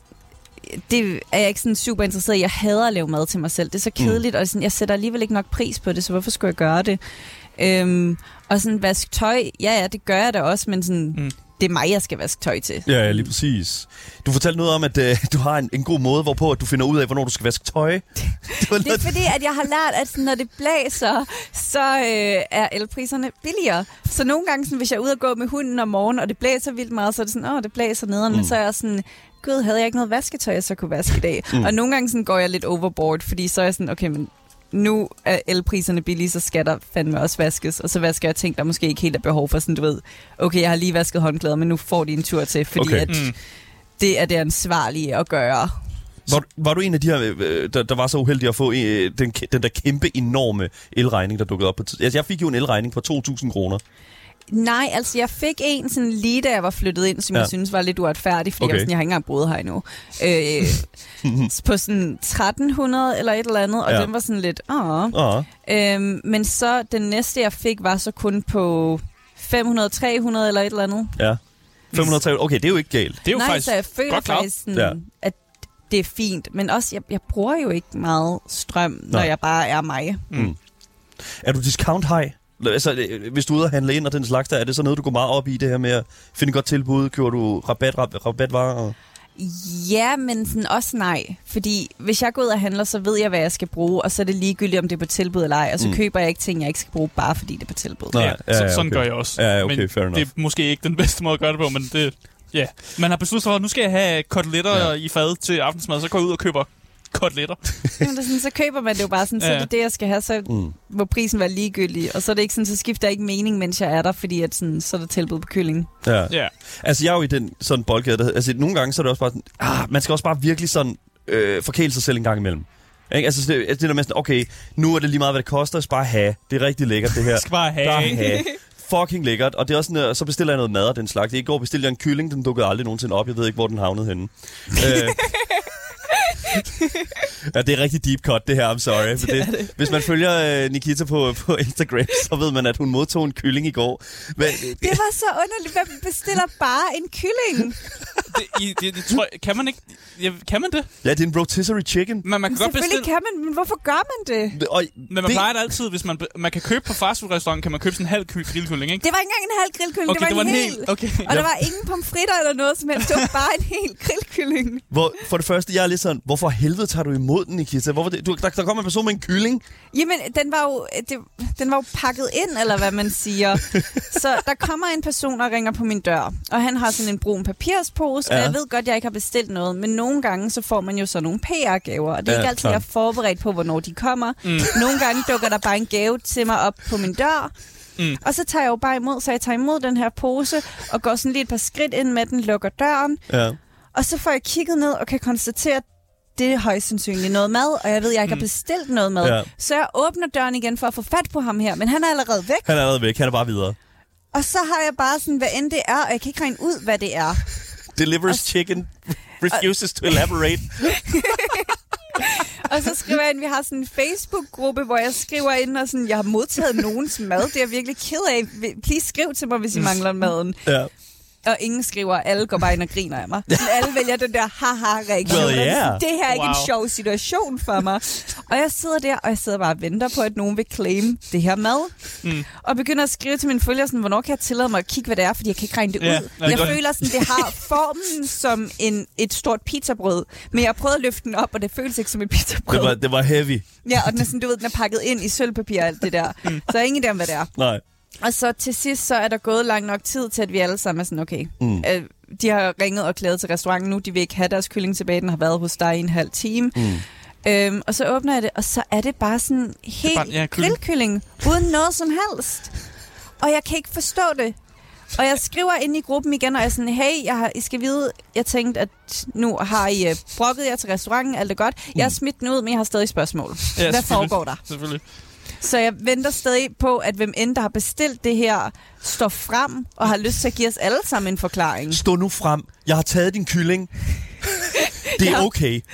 [SPEAKER 4] Det er jeg ikke sådan super interesseret i. Jeg hader at lave mad til mig selv. Det er så kedeligt, mm. og sådan, jeg sætter alligevel ikke nok pris på det, så hvorfor skulle jeg gøre det? Øhm, og sådan vask tøj, ja ja, det gør jeg da også, men sådan, mm. det er mig, jeg skal vaske tøj til.
[SPEAKER 2] Ja, ja, lige præcis. Du fortalte noget om, at øh, du har en, en god måde, hvorpå at du finder ud af, hvornår du skal vaske tøj. Det var
[SPEAKER 4] Det er fordi, at jeg har lært, at sådan, når det blæser, så øh, er elpriserne billigere. Så nogle gange, sådan, hvis jeg er ude og gå med hunden om morgenen, og det blæser vildt meget, så er det sådan, åh, det blæser nederen, mm. men så er jeg sådan, gud, havde jeg ikke noget vasketøj, jeg så kunne vaske i dag. Mm. Og nogle gange sådan, går jeg lidt overboard, fordi så er jeg sådan, okay, men nu er elpriserne billige, så skal der fandme også vaskes. Og så vasker jeg ting, der måske ikke helt er behov for, sådan du ved, okay, jeg har lige vasket håndklæder, men nu får de en tur til, fordi
[SPEAKER 2] Okay.
[SPEAKER 4] okay. at mm. det er det ansvarlige at gøre.
[SPEAKER 2] Var, du- var du en af de her, øh, der, der var så uheldig at få øh, den, kæ- den der kæmpe, enorme elregning, der dukkede op på tid? Altså, jeg fik jo en elregning på 2.000 kroner.
[SPEAKER 4] Nej, altså jeg fik en sådan lige da jeg var flyttet ind, som
[SPEAKER 2] Ja.
[SPEAKER 4] ja. jeg synes var lidt uretfærdig, fordi
[SPEAKER 2] Okay.
[SPEAKER 4] okay. jeg, var sådan, jeg har ikke engang boet her endnu. Øh, på sådan 1300 eller et eller andet, og
[SPEAKER 2] Ja.
[SPEAKER 4] ja. den var sådan lidt, åh.
[SPEAKER 2] Ah,
[SPEAKER 4] Øhm, men så den næste jeg fik var så kun på 500, 300 eller et eller andet.
[SPEAKER 2] ja. 500 Okay, det er jo ikke galt.
[SPEAKER 3] Det er jo
[SPEAKER 4] Nej,
[SPEAKER 3] faktisk
[SPEAKER 4] så jeg føler
[SPEAKER 3] godt klaret.
[SPEAKER 4] faktisk, sådan,
[SPEAKER 2] Ja.
[SPEAKER 4] ja. at det er fint, men også, jeg, jeg bruger jo ikke meget strøm, når
[SPEAKER 2] Nej.
[SPEAKER 4] jeg bare er mig.
[SPEAKER 2] Er du discount high? Altså, øh, hvis du er ude og handle ind og den slags der, er det så noget, du går meget op i, det her med at finde et godt tilbud? Kører du rabat, rabat, rabatvarer? Og...
[SPEAKER 4] Ja, men sådan også nej. Fordi hvis jeg går ud og handler, så ved jeg, hvad jeg skal bruge, og så er det ligegyldigt, om det er på tilbud eller ej. Og så
[SPEAKER 2] Mm.
[SPEAKER 4] mm. køber jeg ikke ting, jeg ikke skal bruge, bare fordi det er på tilbud.
[SPEAKER 2] Nå.
[SPEAKER 4] Nej.
[SPEAKER 2] Nej,
[SPEAKER 3] ja,
[SPEAKER 2] ja,
[SPEAKER 3] så,
[SPEAKER 2] ja,
[SPEAKER 3] sådan
[SPEAKER 2] okay.
[SPEAKER 3] gør jeg også.
[SPEAKER 2] Ja, ja, okay,
[SPEAKER 3] men
[SPEAKER 2] fair enough.
[SPEAKER 3] det er måske ikke den bedste måde at gøre det på, men det... Ja, man har besluttet sig for, at nu skal jeg have koteletter
[SPEAKER 2] Ja.
[SPEAKER 3] ja. i fad til aftensmad, så går jeg ud og køber koteletter.
[SPEAKER 4] Jamen, det er sådan, så køber man det jo bare sådan, så
[SPEAKER 3] Ja.
[SPEAKER 4] er det det, jeg skal have, så
[SPEAKER 2] Mm.
[SPEAKER 4] må prisen være ligegyldig. Og så er det ikke sådan, så skifter jeg ikke mening, mens jeg er der, fordi at sådan, så er der tilbud på kylling.
[SPEAKER 2] Ja.
[SPEAKER 3] Ja,
[SPEAKER 2] Altså, jeg er jo i den sådan boldgade, der, altså, nogle gange så er det også bare sådan, ah, man skal også bare virkelig sådan øh, forkæle sig selv en gang imellem. Ikke? Altså, det, altså, det der med sådan, okay, nu er det lige meget, hvad det koster, jeg skal bare have. Det er rigtig lækkert, det her.
[SPEAKER 3] skal bare have.
[SPEAKER 2] Bare have. Fucking lækkert. Og det er også sådan, øh, så bestiller jeg noget mad og den slags. I går bestilte jeg en kylling, den dukkede aldrig nogensinde op. Jeg ved ikke, hvor den havnede henne. øh. Ja, det er rigtig deep cut, det her. I'm sorry. Det det. Hvis man følger øh, Nikita på, på Instagram, så ved man, at hun modtog en kylling i går. Men,
[SPEAKER 4] Det var så underligt. Hvem bestiller bare en kylling?
[SPEAKER 3] Det, i, det, det tror jeg, kan man ikke... Ja, kan man det?
[SPEAKER 2] ja, det er en rotisserie chicken.
[SPEAKER 3] Man, man kan godt bestille...
[SPEAKER 4] kan man, men hvorfor gør man det?
[SPEAKER 2] Og,
[SPEAKER 3] Men man det... plejer det altid, hvis man, be- man kan købe på fastfoodrestauranten, kan man købe sådan en halv ky- grillkylling, ikke?
[SPEAKER 4] Det var ikke engang en halv grillkylling,
[SPEAKER 3] Okay, det var en hel. Okay.
[SPEAKER 4] Og der var ingen pomfritter eller noget som helst. Det var bare en hel grillkylling.
[SPEAKER 2] Hvor, for det første, jeg er lidt sådan, hvorfor helvede tager du imod den, Nikita? Hvorfor det? Du, der, der kommer en person med en kylling.
[SPEAKER 4] Jamen, den var, jo, det, den var jo pakket ind, eller hvad man siger. Så der kommer en person og ringer på min dør, og han har sådan en brun papirspose, ja.
[SPEAKER 2] Ja.
[SPEAKER 4] og jeg ved godt, jeg ikke har bestilt noget, men nogle gange så får man jo sådan nogle PR-gaver, og det er
[SPEAKER 2] Ja,
[SPEAKER 4] ja, ikke altid,
[SPEAKER 2] klart.
[SPEAKER 4] jeg er forberedt på, hvornår de kommer. Mm. Nogle gange dukker der bare en gave til mig op på min dør,
[SPEAKER 3] Mm.
[SPEAKER 4] Mm. Og så tager jeg jo bare imod, så jeg tager imod den her pose, og går sådan lige et par skridt ind med den, lukker døren,
[SPEAKER 2] Ja.
[SPEAKER 4] Og så får jeg kigget ned og kan konstatere, at det er højst sandsynligt noget mad, og jeg ved, at jeg ikke har bestilt noget mad.
[SPEAKER 2] Ja.
[SPEAKER 4] Ja. Så jeg åbner døren igen for at få fat på ham her, men han er allerede væk.
[SPEAKER 2] Han er allerede væk. Han er bare videre.
[SPEAKER 4] Og så har jeg bare sådan, hvad end det er, og jeg kan ikke regne ud, hvad det er.
[SPEAKER 2] Delivers chicken. Refuses to elaborate.
[SPEAKER 4] Og så skriver jeg ind, vi har sådan en Facebook-gruppe, hvor jeg skriver ind, og sådan, jeg har modtaget nogens mad. Det er jeg virkelig ked af. Please skriv til mig, hvis I mangler maden.
[SPEAKER 2] Ja.
[SPEAKER 4] Og ingen skriver, alle går bare ind og griner af mig. Men alle vælger den der haha-reaktion.
[SPEAKER 2] Well,
[SPEAKER 4] Og det er
[SPEAKER 2] yeah.
[SPEAKER 4] sådan, Det her er ikke
[SPEAKER 3] Wow.
[SPEAKER 4] en sjov situation for mig. Og jeg sidder der, og jeg sidder bare og venter på, at nogen vil claim det her mad.
[SPEAKER 3] Hmm.
[SPEAKER 4] Mm. Og begynder at skrive til mine følgere, sådan, hvornår kan jeg tillade mig at kigge, hvad det er, fordi jeg kan ikke regne det
[SPEAKER 3] Ja,
[SPEAKER 4] ud.
[SPEAKER 3] nej,
[SPEAKER 4] Jeg
[SPEAKER 3] godt.
[SPEAKER 4] føler, sådan, det har formen som en, et stort pizzabrød. Men jeg har prøvet at løfte den op, og det føles ikke som et pizzabrød.
[SPEAKER 2] Det var, det var heavy.
[SPEAKER 4] Ja, og den er, sådan, du ved, den er pakket ind i sølvpapir og alt det der.
[SPEAKER 3] Hmm.
[SPEAKER 4] Mm. Så jeg er ingen idé om, hvad det er.
[SPEAKER 2] Nej.
[SPEAKER 4] Og så til sidst, så er der gået lang nok tid til, at vi alle sammen er sådan, okay,
[SPEAKER 2] Mm.
[SPEAKER 4] mm. øh, de har ringet og klaget til restauranten nu, de vil ikke have deres kylling tilbage, den har været hos dig i en halv time.
[SPEAKER 2] Mm.
[SPEAKER 4] Øhm, og så åbner jeg det, og så er det bare sådan helt
[SPEAKER 3] bare- ja,
[SPEAKER 4] bare,
[SPEAKER 3] kylling.
[SPEAKER 4] grillkylling, uden noget som helst. Og jeg kan ikke forstå det. Og jeg skriver ind i gruppen igen, og jeg er sådan, hey, jeg har, I skal vide, jeg tænkte, at nu har I øh, brokket jer til restauranten, alt er godt. Jeg har
[SPEAKER 2] Mm.
[SPEAKER 4] smidt den ud, men jeg har stadig spørgsmål.
[SPEAKER 3] Ja,
[SPEAKER 4] Hvad
[SPEAKER 3] selvfølgelig.
[SPEAKER 4] foregår der?
[SPEAKER 3] Selvfølgelig.
[SPEAKER 4] Så jeg venter stadig på, at hvem end der har bestilt det her, står frem og har lyst til at give os alle sammen en forklaring.
[SPEAKER 2] Stå nu frem. Jeg har taget din kylling. Det er
[SPEAKER 4] Ja.
[SPEAKER 2] okay.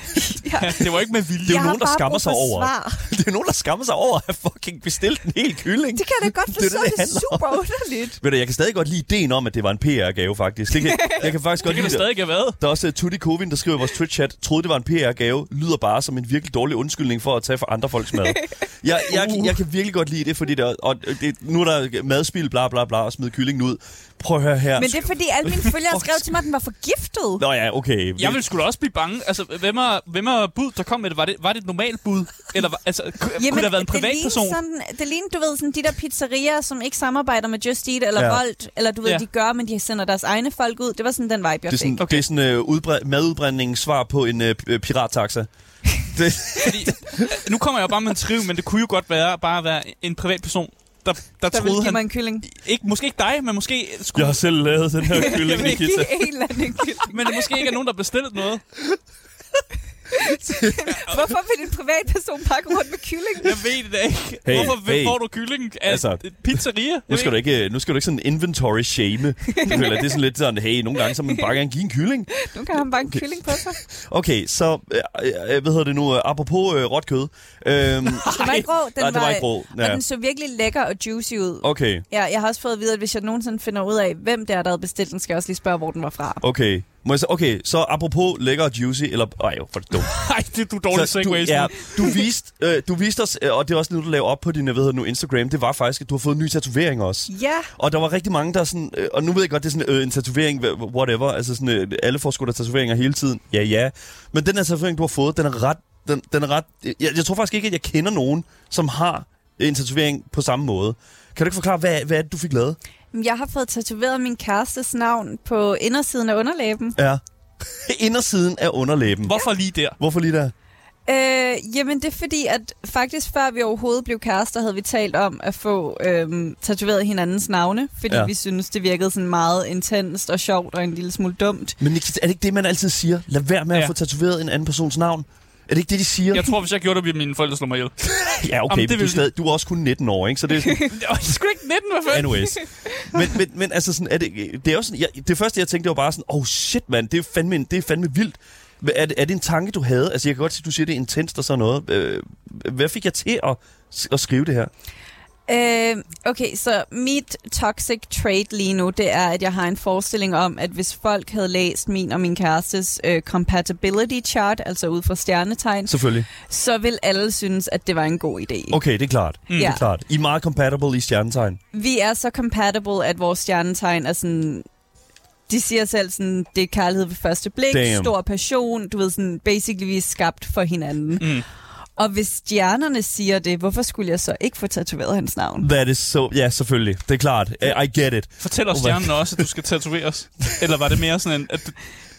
[SPEAKER 4] Ja.
[SPEAKER 3] Altså, Det var ikke med vilje.
[SPEAKER 2] Det er
[SPEAKER 4] Jeg
[SPEAKER 2] jo
[SPEAKER 4] har
[SPEAKER 2] nogen, der
[SPEAKER 4] bare
[SPEAKER 2] skammer
[SPEAKER 4] brug
[SPEAKER 2] sig
[SPEAKER 4] for
[SPEAKER 2] over.
[SPEAKER 4] svar.
[SPEAKER 2] Det er jo nogen, der skammer sig over at have fucking bestilt en hel kylling.
[SPEAKER 4] Det kan jeg da godt
[SPEAKER 2] Det er det,
[SPEAKER 4] forstå,
[SPEAKER 2] det
[SPEAKER 4] det, det er
[SPEAKER 2] handler om.
[SPEAKER 4] super underligt.
[SPEAKER 2] Ved du, jeg kan stadig godt lide ideen om, at det var en PR-gave, faktisk. Det kan, jeg kan faktisk godt
[SPEAKER 3] Det kan det
[SPEAKER 2] lide
[SPEAKER 3] stadig ikke have været.
[SPEAKER 2] Der er også uh, Tutti Kovin, der skriver i vores Twitch-chat, troede det var en PR-gave, lyder bare som en virkelig dårlig undskyldning for at tage for andre folks mad. Jeg, jeg, jeg kan virkelig godt lide det, fordi det, er- og det, nu er der madspil, bla bla bla, og smid kyllingen ud. Prøv at høre her.
[SPEAKER 4] Men det er fordi, alle mine følgere skrev til mig, at den var forgiftet.
[SPEAKER 2] Nå ja, okay.
[SPEAKER 3] Jeg ville sgu da også blive bange. Altså, hvem er, hvem er bud, der kom med det? Var det, var det et normalt bud? Eller var- altså, ku- kunne det have været en privatperson?
[SPEAKER 4] Det ligner, sådan, det ligner, du ved, sådan de der pizzerier, som ikke samarbejder med Just Eat eller
[SPEAKER 2] Ja.
[SPEAKER 4] ja. Volt, eller du ved,
[SPEAKER 3] Ja.
[SPEAKER 4] ja. de gør, men de sender deres egne folk ud. Det var sådan den vibe, jeg
[SPEAKER 2] Det er sådan,
[SPEAKER 4] fik.
[SPEAKER 2] okay. det er sådan uh, udbre- madudbrændingens svar på en uh, pirattaxa. Det,
[SPEAKER 3] Fordi, øh, nu kommer jeg jo bare med en triv, men det kunne jo godt være bare at være en privatperson, der, der,
[SPEAKER 4] Der ville
[SPEAKER 3] troede
[SPEAKER 4] give mig
[SPEAKER 3] han...
[SPEAKER 4] en kylling.
[SPEAKER 3] Ikke, måske ikke dig, men måske... Skulle,
[SPEAKER 2] jeg har selv lavet den her kylling,
[SPEAKER 3] Jeg vil
[SPEAKER 2] Nikita.
[SPEAKER 4] Give en eller anden kylling.
[SPEAKER 3] Men måske ikke er nogen, der bestilte noget.
[SPEAKER 4] Hvorfor vil en privatperson pakke rundt med kylling?
[SPEAKER 3] Jeg ved det ikke.
[SPEAKER 2] Hey,
[SPEAKER 3] Hvorfor
[SPEAKER 2] hey.
[SPEAKER 3] hey. får du kyllingen af
[SPEAKER 2] Altså,
[SPEAKER 3] altså, pizzeria?
[SPEAKER 2] Nu skal, du ikke, øh, nu skal du ikke sådan inventory shame. Eller det er sådan lidt sådan, hey, nogle gange så må man bare gerne give en kylling.
[SPEAKER 4] Nu kan han bare en kylling på sig.
[SPEAKER 2] Okay, så, øh, øh, hvad hedder det nu, øh, apropos øh, råt kød. Øhm,
[SPEAKER 4] Den var ikke grå. Den
[SPEAKER 2] nej, det var ikke grå.
[SPEAKER 4] Og
[SPEAKER 2] Ja.
[SPEAKER 4] den så virkelig lækker og juicy ud.
[SPEAKER 2] okay,
[SPEAKER 4] Ja, jeg har også fået at vide, at hvis jeg nogensinde finder ud af, hvem det er, der havde bestilt den, skal jeg også lige spørge, hvor den var fra.
[SPEAKER 2] okay. Må jeg så, okay, så apropos lækker og juicy, eller... Ej, hvor er det dumt.
[SPEAKER 3] Nej, det er du dårlig
[SPEAKER 2] Så du,
[SPEAKER 3] segway.
[SPEAKER 2] ja,
[SPEAKER 3] Ja.
[SPEAKER 2] du, viste, øh, du viste os, øh, og det er også noget, du laver op på din hvad hedder det nu, Instagram, det var faktisk, at du har fået en ny tatovering også.
[SPEAKER 4] Ja,
[SPEAKER 2] Og der var rigtig mange, der sådan... Øh, og nu ved jeg godt, det er sådan øh, en tatovering, hva- whatever. Altså sådan, øh, alle får sgu da tatoveringer hele tiden. Ja, ja. Men den her tatovering, du har fået, den er ret... Den, den er ret øh, jeg, jeg tror faktisk ikke, at jeg kender nogen, som har en tatovering på samme måde. Kan du ikke forklare, hvad, hvad er det, du fik lavet?
[SPEAKER 4] Men jeg har fået tatoveret min kærestes navn på indersiden af underlæben.
[SPEAKER 2] Ja. Indersiden af underlæben. Hvor?
[SPEAKER 3] Hvorfor lige der?
[SPEAKER 2] Hvorfor lige der?
[SPEAKER 4] Øh, jamen, det er fordi, at faktisk før vi overhovedet blev kærester, havde vi talt om at få øh, tatoveret hinandens navne, fordi
[SPEAKER 2] Ja.
[SPEAKER 4] ja. vi synes det virkede sådan meget intenst og sjovt og en lille smule dumt.
[SPEAKER 2] Men Nikita, er det ikke det, man altid siger? Lad være med ja. at
[SPEAKER 3] Ja.
[SPEAKER 2] få tatoveret en anden persons navn. Er det ikke det, de siger?
[SPEAKER 3] Jeg tror, hvis jeg gjorde det, ville mine forældre slå mig ihjel.
[SPEAKER 2] ja, okay,
[SPEAKER 3] Jamen,
[SPEAKER 2] men
[SPEAKER 3] det
[SPEAKER 2] du, er
[SPEAKER 3] vil-
[SPEAKER 2] stadig, du er også kun 19 år, ikke? Så det er sådan,
[SPEAKER 3] Jeg var sgu ikke 19, hvad fanden?
[SPEAKER 2] Anyways. Men, men, men altså, sådan, er det, det er jo sådan, jeg, det første, jeg tænkte, det var bare sådan, oh shit, mand, det er fandme, en- det er fandme vildt. Hva- Er det, er det en tanke, du havde? Altså, jeg kan godt se, du siger, det er intenst og sådan noget. Øh, Hvad fik jeg til at, at skrive det her?
[SPEAKER 4] Øh, okay, så mit toxic trait lige nu, det er, at jeg har en forestilling om, at hvis folk havde læst min og min kærestes øh, compatibility chart, altså ud fra stjernetegn,
[SPEAKER 2] Selvfølgelig.
[SPEAKER 4] så vil alle synes, at det var en god idé.
[SPEAKER 2] Okay, det er klart. Mm. Det er
[SPEAKER 4] Ja.
[SPEAKER 2] klart. I er meget compatible i stjernetegn.
[SPEAKER 4] Vi er så compatible, at vores stjernetegn er sådan... De siger selv sådan, det er kærlighed ved første blik,
[SPEAKER 2] Damn.
[SPEAKER 4] stor passion, du ved sådan, basically vi er skabt for hinanden.
[SPEAKER 3] Mm.
[SPEAKER 4] Og hvis stjernerne siger det, hvorfor skulle jeg så ikke få tatoveret hans navn?
[SPEAKER 2] That is so... Ja, selvfølgelig. Det er klart. I, I get it.
[SPEAKER 3] Fortæl os
[SPEAKER 2] Oh my
[SPEAKER 3] stjernen også, at du skal tatoveres. Eller var det mere sådan en... At du,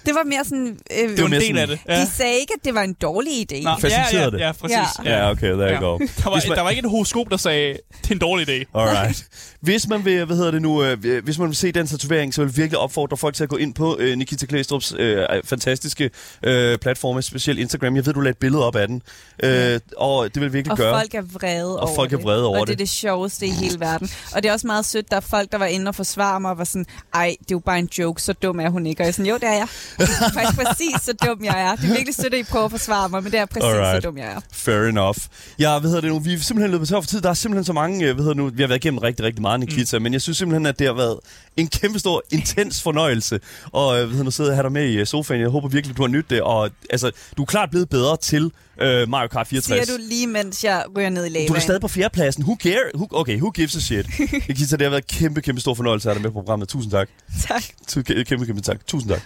[SPEAKER 4] Det var mere sådan... Øh,
[SPEAKER 3] det var en
[SPEAKER 2] næsten-
[SPEAKER 3] del af det.
[SPEAKER 4] De sagde ikke, at det var en dårlig idé.
[SPEAKER 3] Nå, ja,
[SPEAKER 2] faciliterede
[SPEAKER 3] ja,
[SPEAKER 2] det.
[SPEAKER 3] ja, præcis.
[SPEAKER 2] Ja, yeah, okay, there you go.
[SPEAKER 3] Der, var, der var ikke et horoskop, der sagde, det er en dårlig idé.
[SPEAKER 2] Alright. Hvis man vil, hvad hedder det nu, øh, hvis man vil se den tatovering, så vil jeg virkelig opfordre folk til at gå ind på øh, Nikita Klæstrup's øh, fantastiske øh, platforme, specielt Instagram. Jeg ved, du lagde et billede op af den, øh, og det vil virkelig
[SPEAKER 4] Og
[SPEAKER 2] gøre.
[SPEAKER 4] folk er vrede
[SPEAKER 2] Og
[SPEAKER 4] over
[SPEAKER 2] folk er
[SPEAKER 4] det.
[SPEAKER 2] vrede over
[SPEAKER 4] og det. er
[SPEAKER 2] det.
[SPEAKER 4] det sjoveste i hele verden. Og det er også meget sødt, der er folk, der var inde og forsvare mig, og var sådan, ej, det er jo bare en joke, så dum er hun ikke. Og jeg er sådan, jo, det er jeg. Det er faktisk præcis, så dum jeg er. Det er virkelig sødt, at I prøver at forsvare mig, men det er præcis,
[SPEAKER 2] Alright.
[SPEAKER 4] så dum jeg er.
[SPEAKER 2] Fair enough. Ja, hvad hedder det nu? Vi er simpelthen løbet tør for tid. Der er simpelthen så mange, øh, hvad hedder det nu? Vi har været igennem rigtig, rigtig meget, Nikita, mm. men jeg synes simpelthen, at det har været en kæmpe stor, intens fornøjelse. Og øh, hvad hedder nu, sidde og have dig med i øh, sofaen. Jeg håber virkelig, du har nydt det. Og altså, du er klart blevet bedre til øh, Mario Kart 64.
[SPEAKER 4] Siger du lige, mens jeg ryger ned i lavaen.
[SPEAKER 2] Du er stadig på fjerdepladsen. Who care? Who, okay, who gives a shit? Nikita, det har været en kæmpe, kæmpe stor fornøjelse at have dig med på programmet. Tusind tak.
[SPEAKER 4] Tak.
[SPEAKER 2] Tu- kæ- Kæmpe, kæmpe tak. Tusind tak.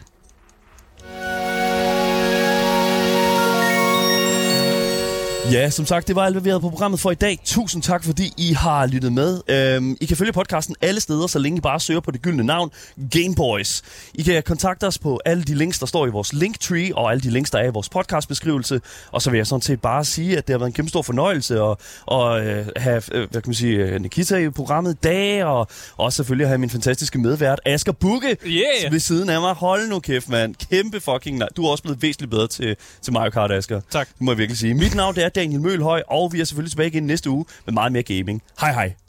[SPEAKER 2] Ja, som sagt, det var alt, hvad vi havde på programmet for i dag. Tusind tak, fordi I har lyttet med. Øhm, I kan følge podcasten alle steder, så længe I bare søger på det gyldne navn, Gameboys. I kan kontakte os på alle de links, der står i vores linktree, og alle de links, der er i vores podcastbeskrivelse. Og så vil jeg sådan set bare sige, at det har været en kæmpe stor fornøjelse at, at øh, have øh, hvad kan man sige, øh, Nikita i programmet i dag, og også selvfølgelig have min fantastiske medvært, Asger Bukke,
[SPEAKER 3] Yeah.
[SPEAKER 2] ved siden af mig. Hold nu kæft, mand. Kæmpe fucking nej. Du er også blevet væsentligt bedre til, til Mario Kart, Asger.
[SPEAKER 3] Tak.
[SPEAKER 2] Det må jeg virkelig sige. Mit navn det er Daniel Mølhøj, og vi er selvfølgelig tilbage igen næste uge med meget mere gaming. Hej hej.